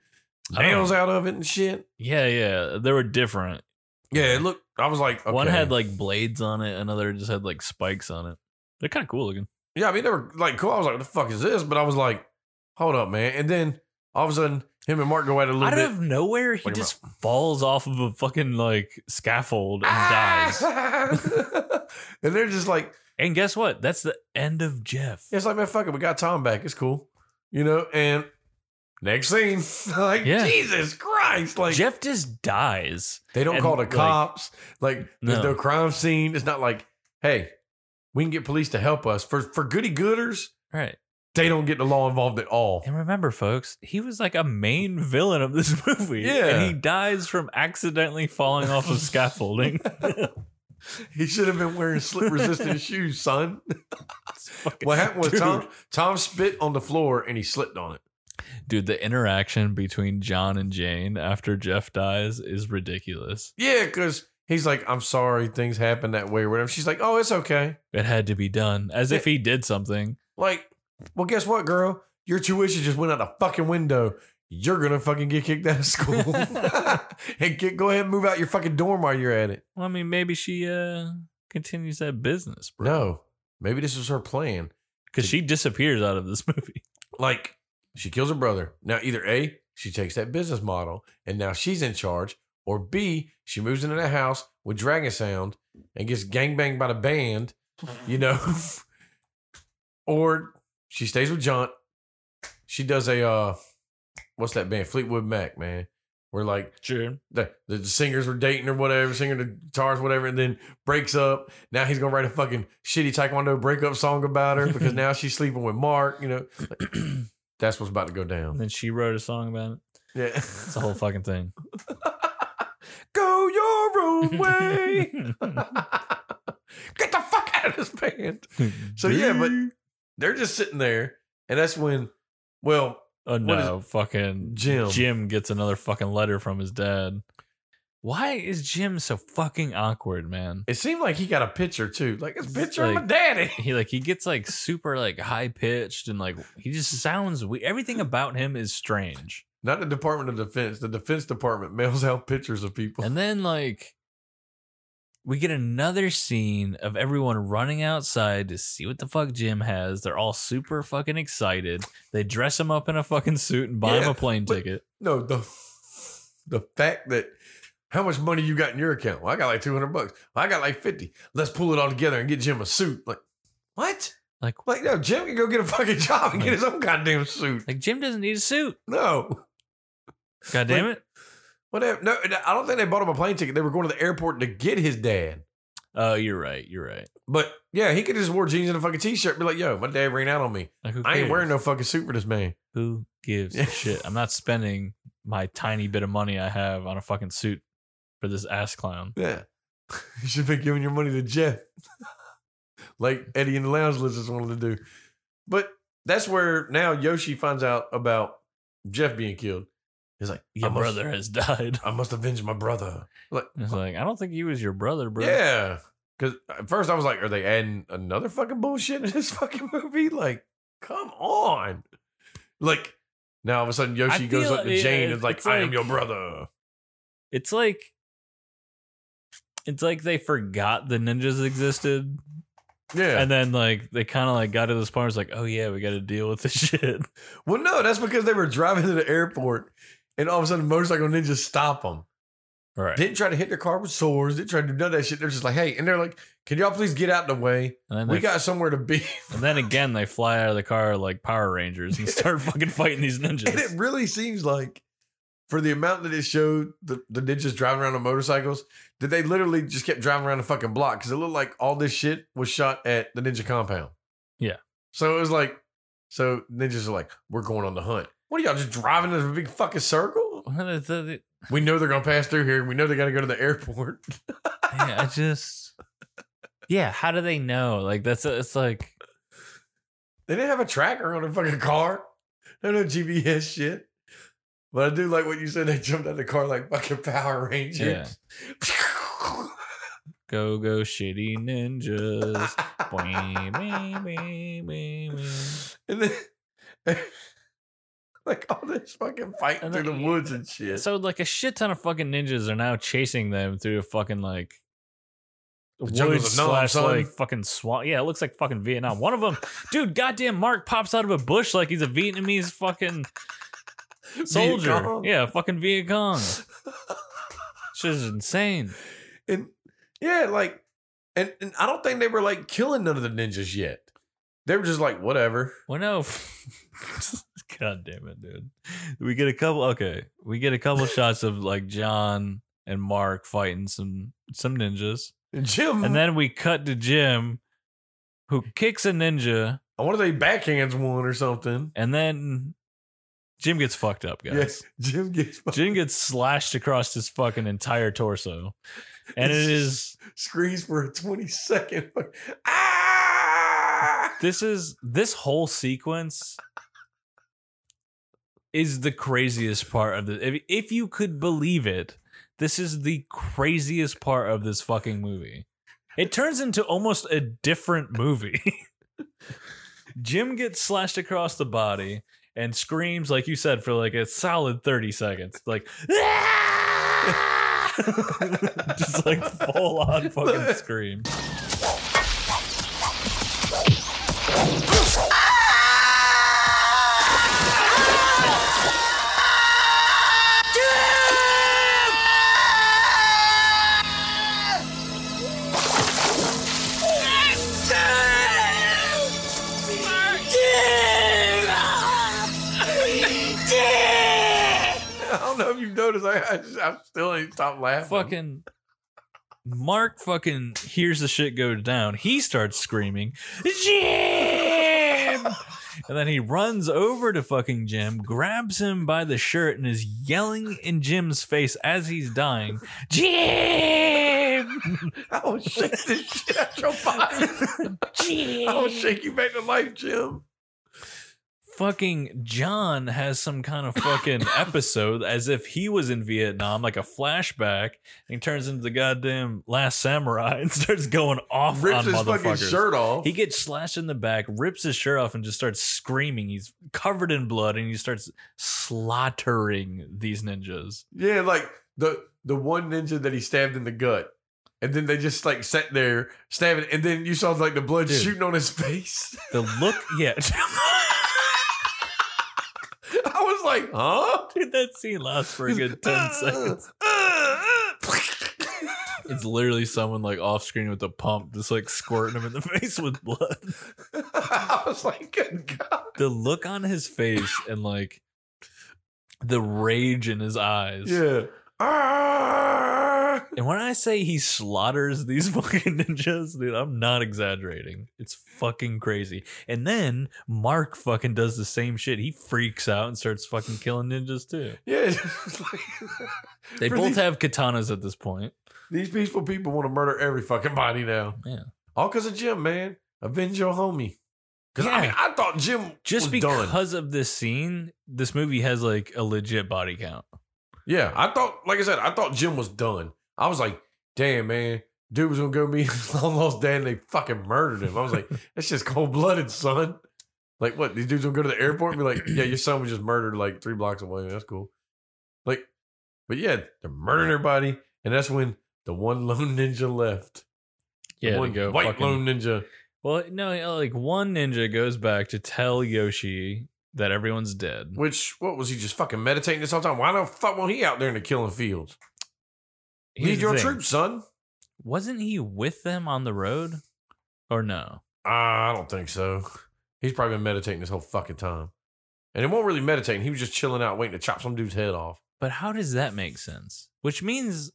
A: I don't
B: nails out of it and shit.
A: yeah, yeah, they were different.
B: Yeah, it looked. I was like, okay.
A: One had like blades on it, another just had like spikes on it. They're kind of cool looking.
B: yeah. I mean, they were like cool. I was like, what the fuck is this? But I was like, hold up, man. And then all of a sudden, him and Mark go at it a little
A: Out
B: bit.
A: of nowhere, he
B: Wait a
A: just falls off of a fucking like scaffold and dies.
B: Ah! and they're just like,
A: And guess what? That's the end of Jeff.
B: it's like, man, fuck it. We got Tom back. It's cool, you know. And next scene, like
A: Yeah.
B: Jesus Christ, like
A: Jeff just dies.
B: They don't
A: And,
B: call the
A: like-
B: cops. Like, there's
A: No.
B: no crime scene. It's not like, hey, we can get police to help us. For for goody gooders,
A: All right.
B: they don't get the law involved at all.
A: And remember, folks, he was like a main villain of this movie.
B: Yeah.
A: And he dies from accidentally falling off of scaffolding.
B: He should have been wearing slip resistant shoes, son.
A: Fucking-
B: What happened was
A: Dude.
B: Tom Tom spit on the floor and he slipped on it.
A: Dude, the interaction between John and Jane after Jeff dies is ridiculous.
B: Yeah, because he's like, I'm sorry, things happen that way or whatever. She's like, Oh, it's okay.
A: It had to be done as if he did something.
B: Like, well, guess what, girl? Your tuition just went out the fucking window. You're gonna fucking get kicked out of school. and get, go ahead and move out your fucking dorm while you're at it.
A: Well, I mean, maybe she uh continues that business, bro.
B: No, maybe this was her plan.
A: Because she disappears out of this movie.
B: Like she kills her brother. Now either A, she takes that business model and now she's in charge, or B, she moves into that house with Dragon Sound and gets gangbanged by the band, you know. or she stays with John. She does a uh what's that band? Fleetwood Mac, man. Where like
A: Sure.
B: the, the singers were dating or whatever, singer the guitars, whatever, and then breaks up. Now he's gonna write a fucking shitty taekwondo breakup song about her because now she's sleeping with Mark. You know, that's what's about to go
A: And
B: down.
A: then she wrote a song about it.
B: Yeah,
A: It's the whole fucking thing.
B: go your own way. Get the fuck out of this band. So yeah, but they're just sitting there, and that's when, well,
A: Oh
B: What is
A: no, fucking
B: Jim.
A: Jim gets another fucking letter from his dad. Why is Jim so fucking awkward, man?
B: it seemed like he got a picture too. Like it's a picture of my
A: Like-
B: daddy.
A: He like he gets like super like high pitched and like he just sounds we everything about him is strange.
B: Not the Department of Defense. The Defense Department mails out pictures of people.
A: And then like we get another scene of everyone running outside to see what the fuck Jim has. They're all super fucking excited. They dress him up in a fucking suit and buy him
B: Yeah,
A: a plane
B: but-
A: ticket.
B: No, the the fact that how much money you got in your account? Well, I got like two hundred bucks. Well, I got like fifty. Let's pull it all together and get Jim a suit. Like what?
A: Like
B: Like no, Jim can go get a fucking job and get his own goddamn suit.
A: like Jim doesn't need a suit.
B: No,
A: God damn
B: Like-
A: it.
B: whatever. No, and I don't think they bought him a plane ticket. They were going to the airport to get his dad.
A: Oh, you're right. You're right.
B: But yeah, he could have just wore jeans and a fucking t-shirt. And be like, yo, my dad ran out on me.
A: Like, who
B: I ain't
A: cares?
B: wearing no fucking suit for this man.
A: Who gives a shit? I'm not spending my tiny bit of money I have on a fucking suit for this ass clown.
B: Yeah, you should be giving your money to Jeff, like Eddie and the Lounge Lizards wanted to do. But that's where now Yoshi finds out about Jeff being killed. He's like,
A: Your
B: I must-
A: brother has died.
B: I must avenge my brother. Like,
A: It's like, I don't think he was your brother, bro.
B: yeah. Because at first I was like, are they adding another fucking bullshit in this fucking movie? Like, come on. Like, now all of a sudden Yoshi
A: I
B: goes
A: feel-
B: up to Jane and
A: yeah,
B: is like,
A: it's
B: I am
A: like-
B: your brother.
A: It's like it's like they forgot the ninjas existed.
B: Yeah.
A: And then like they kinda like got to this point where it's like, oh yeah, we gotta deal with this shit.
B: well, no, that's because they were driving to the airport and all of a sudden motorcycle ninjas stop them.
A: Right.
B: Didn't try to hit their car with swords. Didn't try to do none of that shit. They're just like, hey, and they're like, can y'all please get out of the way?
A: and then
B: We
A: they-
B: got somewhere to be.
A: and then again they fly out of the car like Power Rangers and start fucking fighting these ninjas.
B: And it really seems like, for the amount that it showed, the, the ninjas driving around on motorcycles, that they literally just kept driving around the fucking block because it looked like all this shit was shot at the ninja compound.
A: Yeah.
B: So it was like, so ninjas are like, we're going on the hunt. What are y'all just driving in a big fucking circle?
A: Well, it's- it-
B: We know they're gonna pass through here. We know they gotta go to the airport.
A: yeah, I just Yeah, how do they know? Like that's it's like
B: They didn't have a tracker on their fucking car. They don't know GPS shit. But I do like what you said. They jumped out of the car like fucking Power Rangers.
A: go go shitty ninjas. Wee, wee, wee, wee, wee.
B: and then, like all this fucking fight
A: And
B: through the
A: then-
B: woods and shit.
A: So like a shit ton of fucking ninjas are now chasing them through a fucking like
B: jungles
A: wood
B: of Nam,
A: slash
B: son.
A: like fucking swamp. Yeah, it looks like fucking Vietnam. One of them, dude, goddamn Mark pops out of a bush like he's a Vietnamese fucking soldier.
B: Kong.
A: Yeah, fucking Viet Cong. Shit is insane.
B: and yeah, like, and, and I don't think they were like killing none of the ninjas yet. They were just like whatever.
A: Well, no. oh God damn it, dude. We get a couple. Okay, we get a couple shots of like John and Mark fighting some some ninjas,
B: And Jim,
A: and then we cut to Jim, who kicks a ninja,
B: I wonder if they backhands one or something.
A: and then Jim gets fucked up, guys.
B: Yes, Jim gets fucking
A: Jim gets slashed across his fucking entire torso, and it is
B: screams for a twenty second. Like, ah!
A: this is this whole sequence is the craziest part of the if, if you could believe it this is the craziest part of this fucking movie it turns into almost a different movie jim gets slashed across the body and screams like you said for like a solid 30 seconds like just like full on fucking scream
B: I don't know if you've noticed. I, I, just, I still ain't stopped laughing.
A: fucking Mark fucking hears the shit go down. He starts screaming, Jim! And then he runs over to fucking Jim, grabs him by the shirt, and is yelling in Jim's face as he's dying, Jim!
B: I will shake this shit out your body. I will shake you back to life, Jim.
A: fucking John has some kind of fucking episode as if he was in Vietnam, like a flashback, and he turns into the goddamn last samurai and starts going off
B: Rips
A: on
B: his fucking
A: Oh, motherfuckers.
B: shirt off.
A: He gets slashed in the back, rips his shirt off, and just starts screaming. He's covered in blood, and he starts slaughtering these ninjas.
B: yeah, like the the one ninja that he stabbed in the gut. And then they just like sat there stabbing, and then you saw like the blood
A: Dude.
B: shooting on his face.
A: The look, yeah,
B: I was like, huh?
A: dude, that scene lasts for a good
B: "Ah!"
A: ten seconds. It's literally someone like off screen with a pump, just like squirting him in the face with blood.
B: I was like, good God.
A: The look on his face and like the rage in his eyes.
B: Yeah. Ah!
A: And when I say he slaughters these fucking ninjas, dude, I'm not exaggerating. It's fucking crazy. And then Mark fucking does the same shit. He freaks out and starts fucking killing ninjas too.
B: Yeah. it's like-
A: They
B: For
A: both
B: these-
A: have katanas at this point.
B: These peaceful people want to murder every fucking body now.
A: Yeah.
B: All because of Jim, man. Avenge your homie. Because I mean,
A: Yeah.
B: I thought Jim
A: Just
B: was done.
A: because of this scene, this movie has like a legit body count.
B: Yeah, I thought, like I said, I thought Jim was done. I was like, damn, man, dude was gonna go meet his long lost dad, and they fucking murdered him. I was like, that's just cold blooded, son. Like, what? These dudes will go to the airport and be like, yeah, your son was just murdered like three blocks away. That's cool. Like, but yeah, they're murdering everybody, and that's when the one lone ninja left. The
A: to
B: one
A: go
B: white
A: fucking-
B: lone ninja.
A: Well, no, you know, like one ninja goes back to tell Yoshi that everyone's dead.
B: Which what was he just fucking meditating this whole time? Why the fuck won't he out there in the killing fields?
A: Here's
B: Lead
A: the
B: your
A: thing.
B: troops, son.
A: Wasn't he with them on the road, or no?
B: Uh, I don't think so. He's probably been meditating this whole fucking time. And it won't really meditating. He was just chilling out, waiting to chop some dude's head off.
A: But how does that make sense? Which means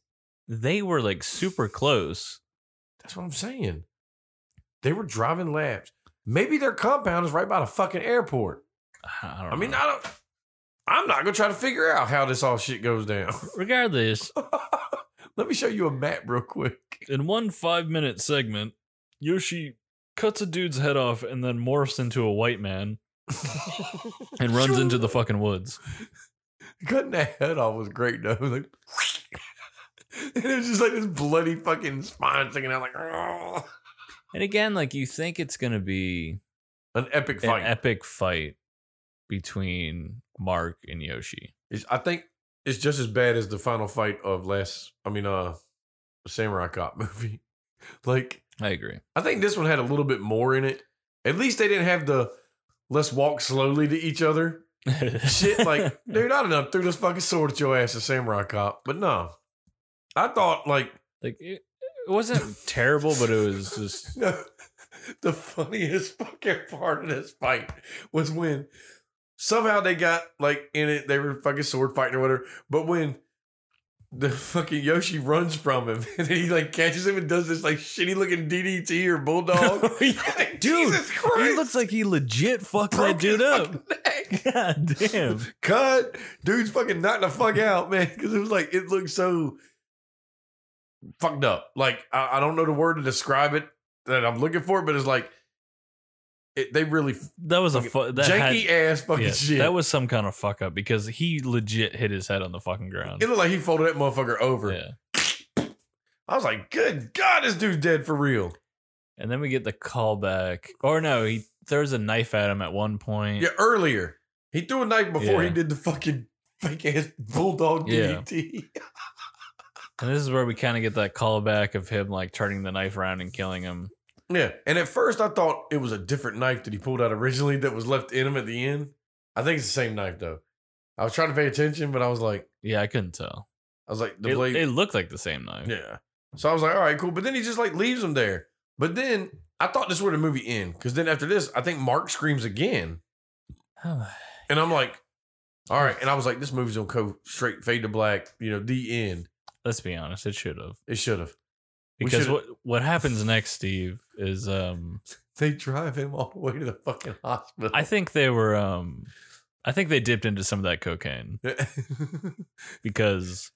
A: they were like super close.
B: That's what I'm saying. They were driving laps. Maybe their compound is right by the fucking airport.
A: I, don't
B: I mean,
A: know.
B: I don't. I'm not gonna try to figure out how this all shit goes down.
A: regardless,
B: Let me show you a map real quick.
A: in one five minute segment, Yoshi cuts a dude's head off and then morphs into a white man and runs into the fucking woods.
B: Cutting that head off was great though. It was Like, and it was just like this bloody fucking spine sticking out, like "Argh."
A: And again, like you think it's gonna be
B: an epic
A: an
B: fight.
A: epic fight between Mark and Yoshi.
B: It's, I think it's just as bad as the final fight of last. I mean, uh, Samurai Cop movie. like,
A: I agree.
B: I think this one had a little bit more in it. At least they didn't have the let's walk slowly to each other shit. Like, dude, I don't know, threw this fucking sword at your ass, a Samurai Cop. But no, I thought like
A: like it, it wasn't terrible, but it was just
B: No, the funniest fucking part of this fight was when somehow they got like in it. They were fucking sword fighting or whatever. But when the fucking Yoshi runs from him and he like catches him and does this like shitty looking DDT or bulldog. like, Jesus Christ!
A: He looks like he legit fucked
B: Broke
A: that dude
B: his
A: up.
B: fucking neck.
A: God damn.
B: Cut, dude's fucking knocked the fuck out, man. Because it was like it looked so fucked up. Like I, I don't know the word to describe it that I'm looking for, but it's like it, they really f-
A: That was a
B: Fucking
A: fu- that had-
B: janky ass fucking
A: yeah,
B: shit.
A: That was some kind of fuck up because he legit hit his head on the fucking ground.
B: it looked like he folded that motherfucker over.
A: Yeah.
B: I was like, good god, this dude's dead for real.
A: And then we get the callback. Or no, he throws a knife at him at one point.
B: Yeah, earlier he threw a knife before
A: Yeah.
B: he did the fucking fake ass bulldog
A: Yeah.
B: DDT.
A: And this is where we kind of get that callback of him like turning the knife around and killing him.
B: Yeah, and at first I thought it was a different knife that he pulled out originally that was left in him at the end. I think it's the same knife though. I was trying to pay attention, but I was like,
A: Yeah, I couldn't tell.
B: I was like the
A: It,
B: blade.
A: it looked like the same knife.
B: yeah. So I was like, all right, cool. But then he just like leaves him there. But then I thought this where the movie end because then after this, I think Mark screams again, and I'm like, all right. And I was like, this movie's gonna go straight fade to black. You know, the end.
A: Let's be honest, it should have.
B: It should have. We
A: Because
B: should've-
A: what what happens next, Steve, is um
B: They drive him all the way to the fucking hospital.
A: I think they were um I think they dipped into some of that cocaine because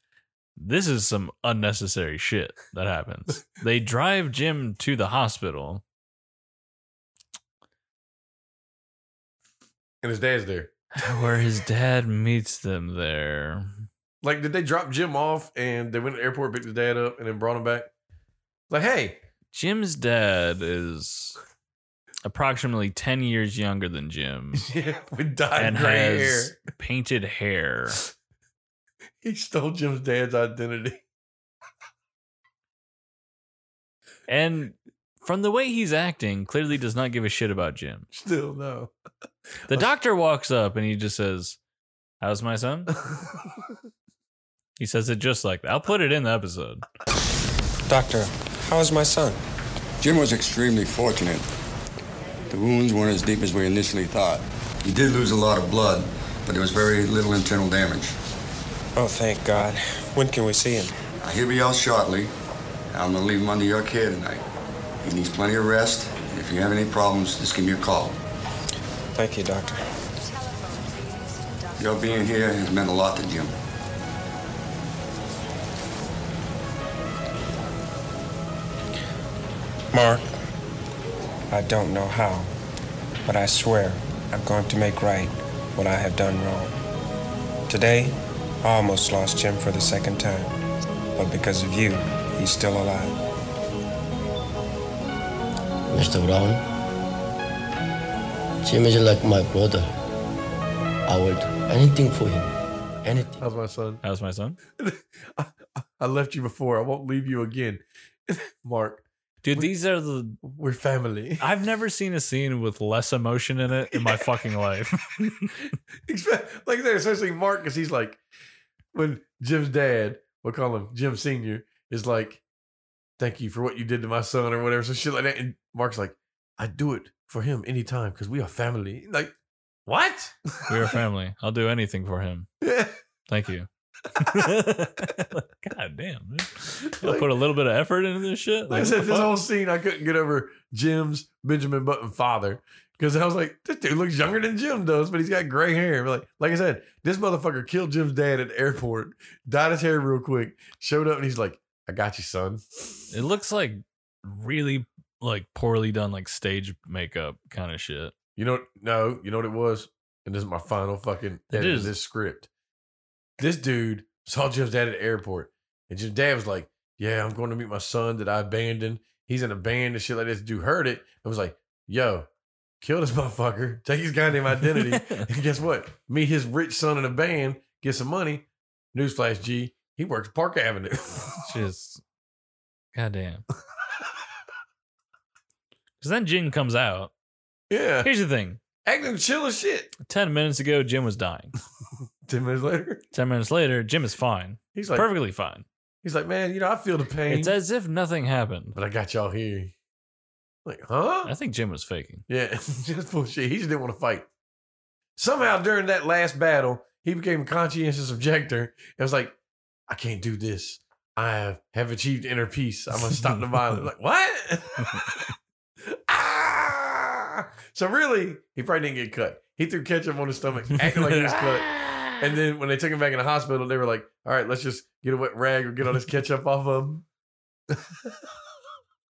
A: this is some unnecessary shit that happens. they drive Jim to the hospital.
B: and his dad's there.
A: where his dad meets them there.
B: Like, did they drop Jim off and they went to the airport, picked his dad up, and then brought him back? Like, hey,
A: Jim's dad is approximately 10 years younger than Jim
B: yeah, we dyed
A: and
B: gray
A: has
B: hair.
A: painted hair.
B: He stole Jim's dad's identity.
A: And from the way he's acting, clearly does not give a shit about Jim.
B: Still no.
A: The doctor walks up and he just says, How's my son? He says it just like that. I'll put it in the episode.
J: Doctor, how is my son?
K: Jim was extremely fortunate. The wounds weren't as deep as we initially thought. He did lose a lot of blood, but there was very little internal damage.
J: Oh, thank God. When can we see him?
K: Now, he'll be out shortly. I'm gonna leave him under your care tonight. He needs plenty of rest. and If you have any problems, just give me a call.
J: Thank you, Doctor.
K: Your being here has meant a lot to Jim.
J: Mark, I don't know how, but I swear I'm going to make right what I have done wrong. Today, I almost lost Jim for the second time, but because of you, he's still alive.
H: Mr. Brown, Jim is like my brother. I would anything for him. Anything.
B: How's my son?
A: How's my son?
B: I left you before. I won't leave you again, Mark.
A: Dude, these are the.
B: We're family.
A: I've never seen a scene with less emotion in it in my fucking life.
B: Expe- like they're especially Mark because he's like when Jim's dad, we'll call him Jim Senior, is like, "Thank you for what you did to my son" or whatever, so shit like that. And Mark's like, "I do it for him anytime because we are family." Like, what?
A: We're a family. I'll do anything for him. Thank you. God damn, dude. Y'all
B: Like-
A: put a little bit of effort into this shit.
B: Like I
A: Like,
B: said,
A: what the
B: this
A: fuck?
B: whole scene, I couldn't get over Jim's Benjamin Button father because I was like, this dude looks younger than Jim does, but he's got gray hair. Like, like I said, this motherfucker killed Jim's dad at the airport, dyed his hair real quick, showed up, and he's like, I got you, son.
A: it looks like really like poorly done like stage makeup kind of shit.
B: You know, no, you know what it was? And this is my final fucking edit of
A: is.
B: this script. This dude saw Jim's dad at the airport, and Jim's dad was like, Yeah, I'm going to meet my son that I abandoned. He's in a band and shit like this. Dude heard it and was like, Yo, kill this motherfucker, take his goddamn identity. and guess what? Meet his rich son in a band, get some money. Newsflash G, he works Park Avenue.
A: Just goddamn. Because then Jin comes out.
B: yeah.
A: Here's the thing:
B: Acting chill as shit.
A: ten minutes ago, Jim was dying.
B: 10 minutes later,
A: Ten minutes later, Jim is fine,
B: he's like,
A: perfectly fine.
B: He's like, Man, you know, I feel the pain.
A: It's as if nothing happened.
B: but I got y'all here. Like, huh?
A: I think Jim was faking.
B: yeah, just bullshit. He just didn't want to fight. Somehow during that last battle, he became a conscientious objector and was like, I can't do this. I have, have achieved inner peace. I'm gonna stop the violence. Like, what? ah! So really, he probably didn't get cut. He threw ketchup on his stomach, acting like he was cut. And then when they took him back in the hospital, they were like, all right, let's just get a wet rag or get all this ketchup off of him.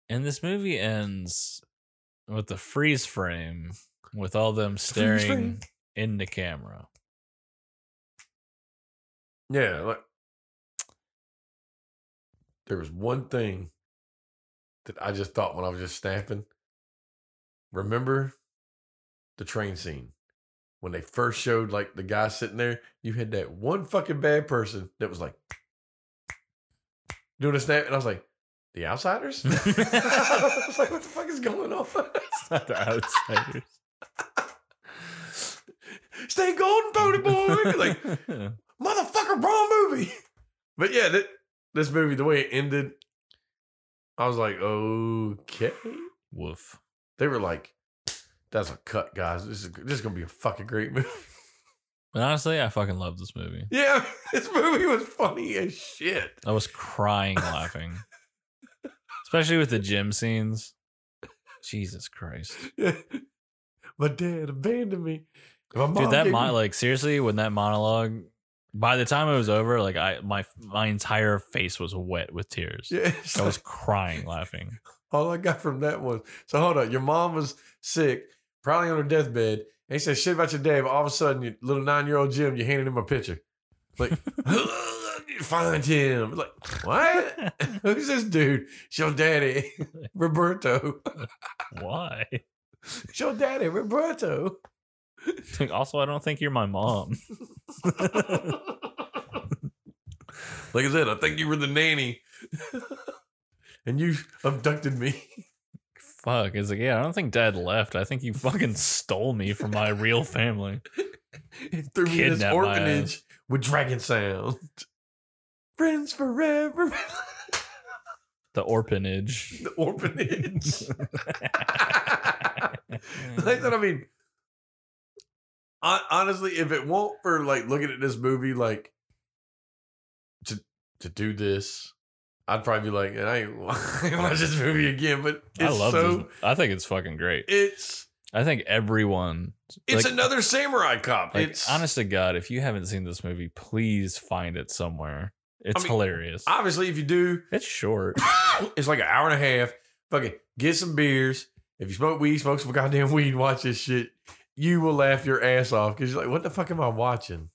A: And this movie ends with the freeze frame with all them staring
B: frame.
A: in the camera.
B: Yeah, like there was one thing that I just thought when I was just snapping. Remember the train scene when they first showed like the guy sitting there? You had that one fucking bad person that was like doing a snap, and I was like, "The outsiders." I was like, "What the fuck is going on?"
A: It's not the outsiders.
B: Stay golden, Pony Boy. Like motherfucker, wrong movie. But yeah, th- this movie, the way it ended, I was like, okay.
A: woof.
B: They were like, that's a cut, guys. This is this is gonna be a fucking great movie.
A: But honestly, I fucking love this movie.
B: yeah, this movie was funny as shit.
A: I was crying laughing. Especially with the gym scenes. Jesus Christ.
B: My dad abandoned me. My mom
A: Dude, that
B: gave
A: mon-
B: me-
A: like seriously, when that monologue by the time it was over, like I my my entire face was wet with tears.
B: yeah, it's
A: I was
B: like,
A: crying laughing.
B: all I got from that was so hold on. Your mom was sick, probably on her deathbed. And he said shit about your dad, but all of a sudden, your little nine year old Jim, you handed him a picture. Like, find him. Like, what? Who's this dude? It's your daddy, Roberto.
A: Why?
B: It's your daddy, Roberto.
A: also, I don't think you're my mom.
B: Like I said, I think you were the nanny. and you abducted me.
A: Fuck. It's like, yeah, I don't think dad left. I think you fucking stole me from my real family.
B: and threw me in this
A: Kidnapped my
B: orphanage with dragon sound. Friends forever.
A: The orphanage.
B: the orphanage. like that, I mean, hon- honestly, if it won't for like looking at this movie, like to to do this, I'd probably be like, and I ain't watch this movie again. But it's
A: I love
B: so
A: this. I think it's fucking great.
B: it's
A: I think everyone.
B: it's
A: like,
B: another samurai cop.
A: like,
B: it's
A: honest to God, if you haven't seen this movie, please find it somewhere. It's
B: mean,
A: hilarious.
B: obviously if you do,
A: it's short.
B: it's like an hour and a half. Fucking get some beers, If you smoke weed, smoke some goddamn weed, watch this shit. You will laugh your ass off because you're like, what the fuck am I watching?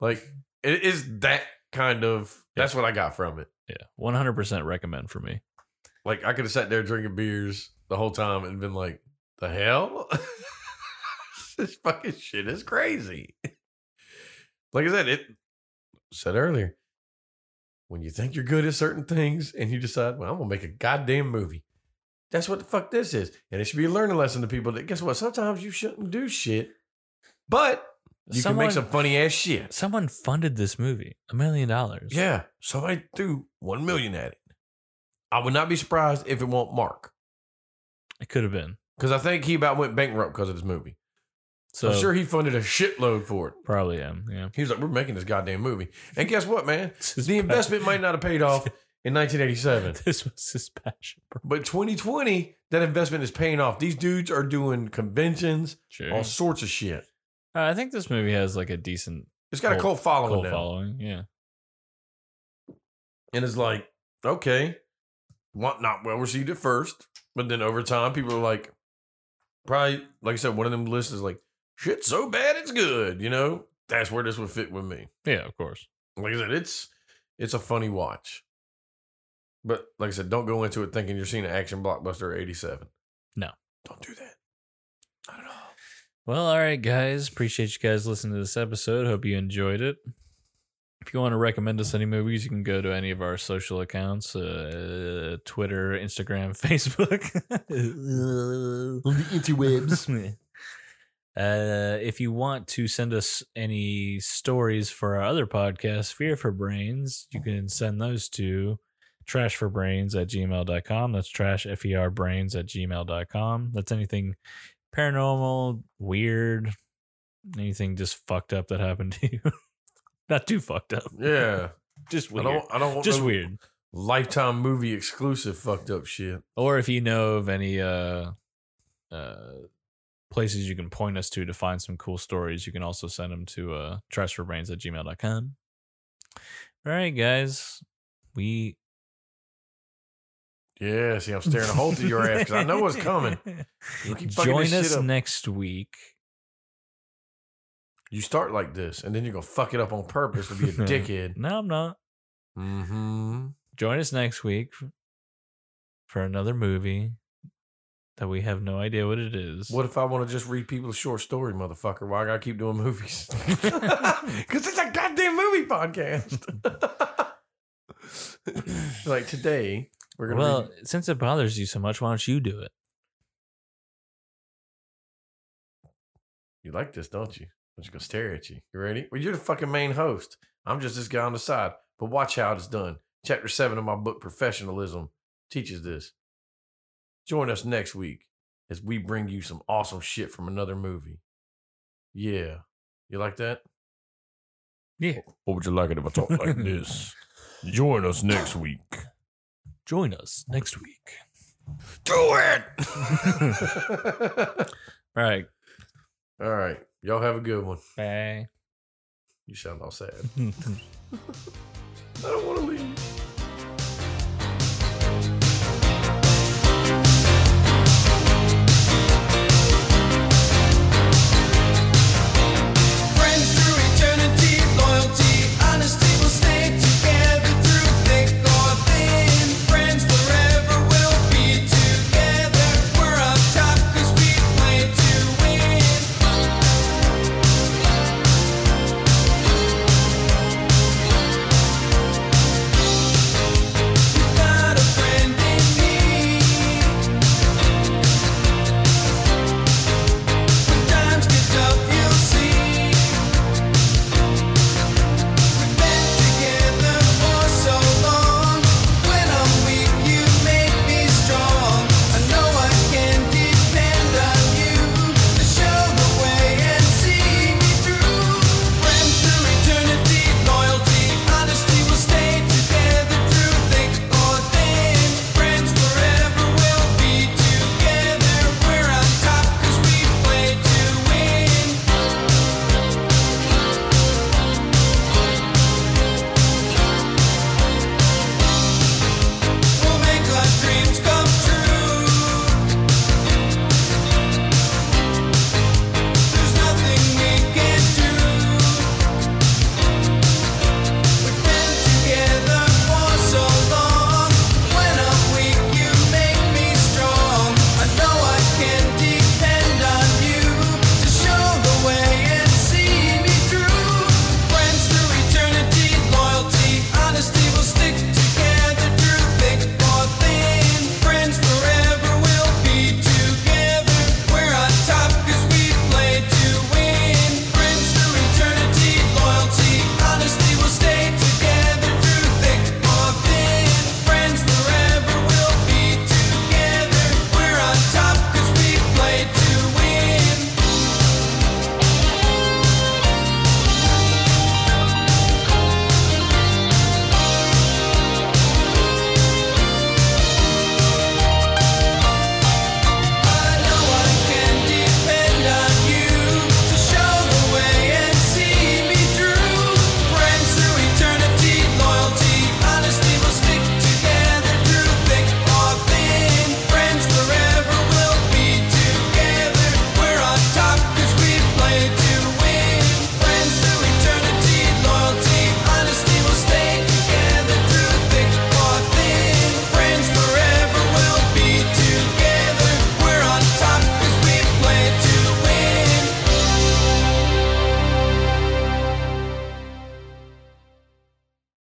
B: Like, it is that kind of. That's what I got from it.
A: Yeah, one hundred percent recommend for me.
B: Like, I could have sat there drinking beers the whole time and been like, the hell? this fucking shit is crazy. like I said, it said earlier, when you think you're good at certain things and you decide, well, I'm gonna make a goddamn movie. That's what the fuck this is. And it should be a learning lesson to people that guess what? Sometimes you shouldn't do shit, but you can
A: Someone-
B: make some funny ass shit.
A: Someone funded this movie, a million dollars.
B: Yeah. Somebody threw one million at it. I would not be surprised if it won't mark.
A: It could have been.
B: Because I think he about went bankrupt because of this movie. So
A: So
B: I'm sure he funded a shitload for it.
A: probably am. Yeah.
B: He was like, "We're making this goddamn movie," and guess what, man?
A: his
B: The investment might not have paid off in 1987,
A: This was his passion. Bro.
B: but 2020, that investment is paying off. These dudes are doing conventions,
A: Sure.
B: all sorts of shit.
A: Uh, I think this movie has like a decent
B: It's got a cult following
A: cult
B: now,
A: following. Yeah.
B: and it's like, okay, what not well received at first, but then over time, people are like, probably like I said, one of them lists is like, shit, so bad it's good. You know, that's where this would fit with me.
A: Yeah, of course.
B: like I said, it's it's a funny watch. But like I said, don't go into it thinking you're seeing an action blockbuster at 87.
A: No.
B: Don't do that.
A: Well, all right, guys. Appreciate you guys listening to this episode. Hope you enjoyed it. If you want to recommend us any movies, you can go to any of our social accounts uh, Twitter, Instagram, Facebook.
B: On the interwebs.
A: Uh, if you want to send us any stories for our other podcast, Fear for Brains, you can send those to trashforbrains at gmail.com. That's trash, F E R brains at gmail.com. That's anything paranormal, weird, anything just fucked up that happened to you. Not too fucked up.
B: Yeah.
A: Just
B: I
A: weird.
B: don't I don't want
A: just
B: no
A: weird.
B: lifetime movie exclusive fucked up shit.
A: Or if you know of any uh, uh, places you can point us to to find some cool stories, you can also send them to uh, trashforbrains at gmail.com. All right, guys. We.
B: Yeah, see, I'm staring a hole through your ass because I know what's coming. You keep fucking
A: Join
B: this shit
A: us
B: up.
A: next week.
B: You start like this, and then you're gonna fuck it up on purpose to be a dickhead.
A: No, I'm not.
B: Mm-hmm.
A: Join us next week f- for another movie that we have no idea what it is.
B: What if I want to just read people a short story, motherfucker? Why I gotta keep doing movies? Because it's a goddamn movie podcast. like today, we're gonna
A: Well,
B: read-
A: since it bothers you so much, why don't you do it?
B: you like this, don't you? I'm just gonna stare at you. You ready? Well, you're the fucking main host. I'm just this guy on the side. But watch how it's done. Chapter seven of my book, Professionalism, teaches this. Join us next week as we bring you some awesome shit from another movie. Yeah, you like that?
A: Yeah.
B: What would you like it if I talked like this? Join us next week.
A: Join us next week.
B: Do it!
A: All right.
B: all right. Y'all have a good one.
A: Bye.
B: You sound all sad. I don't want to leave.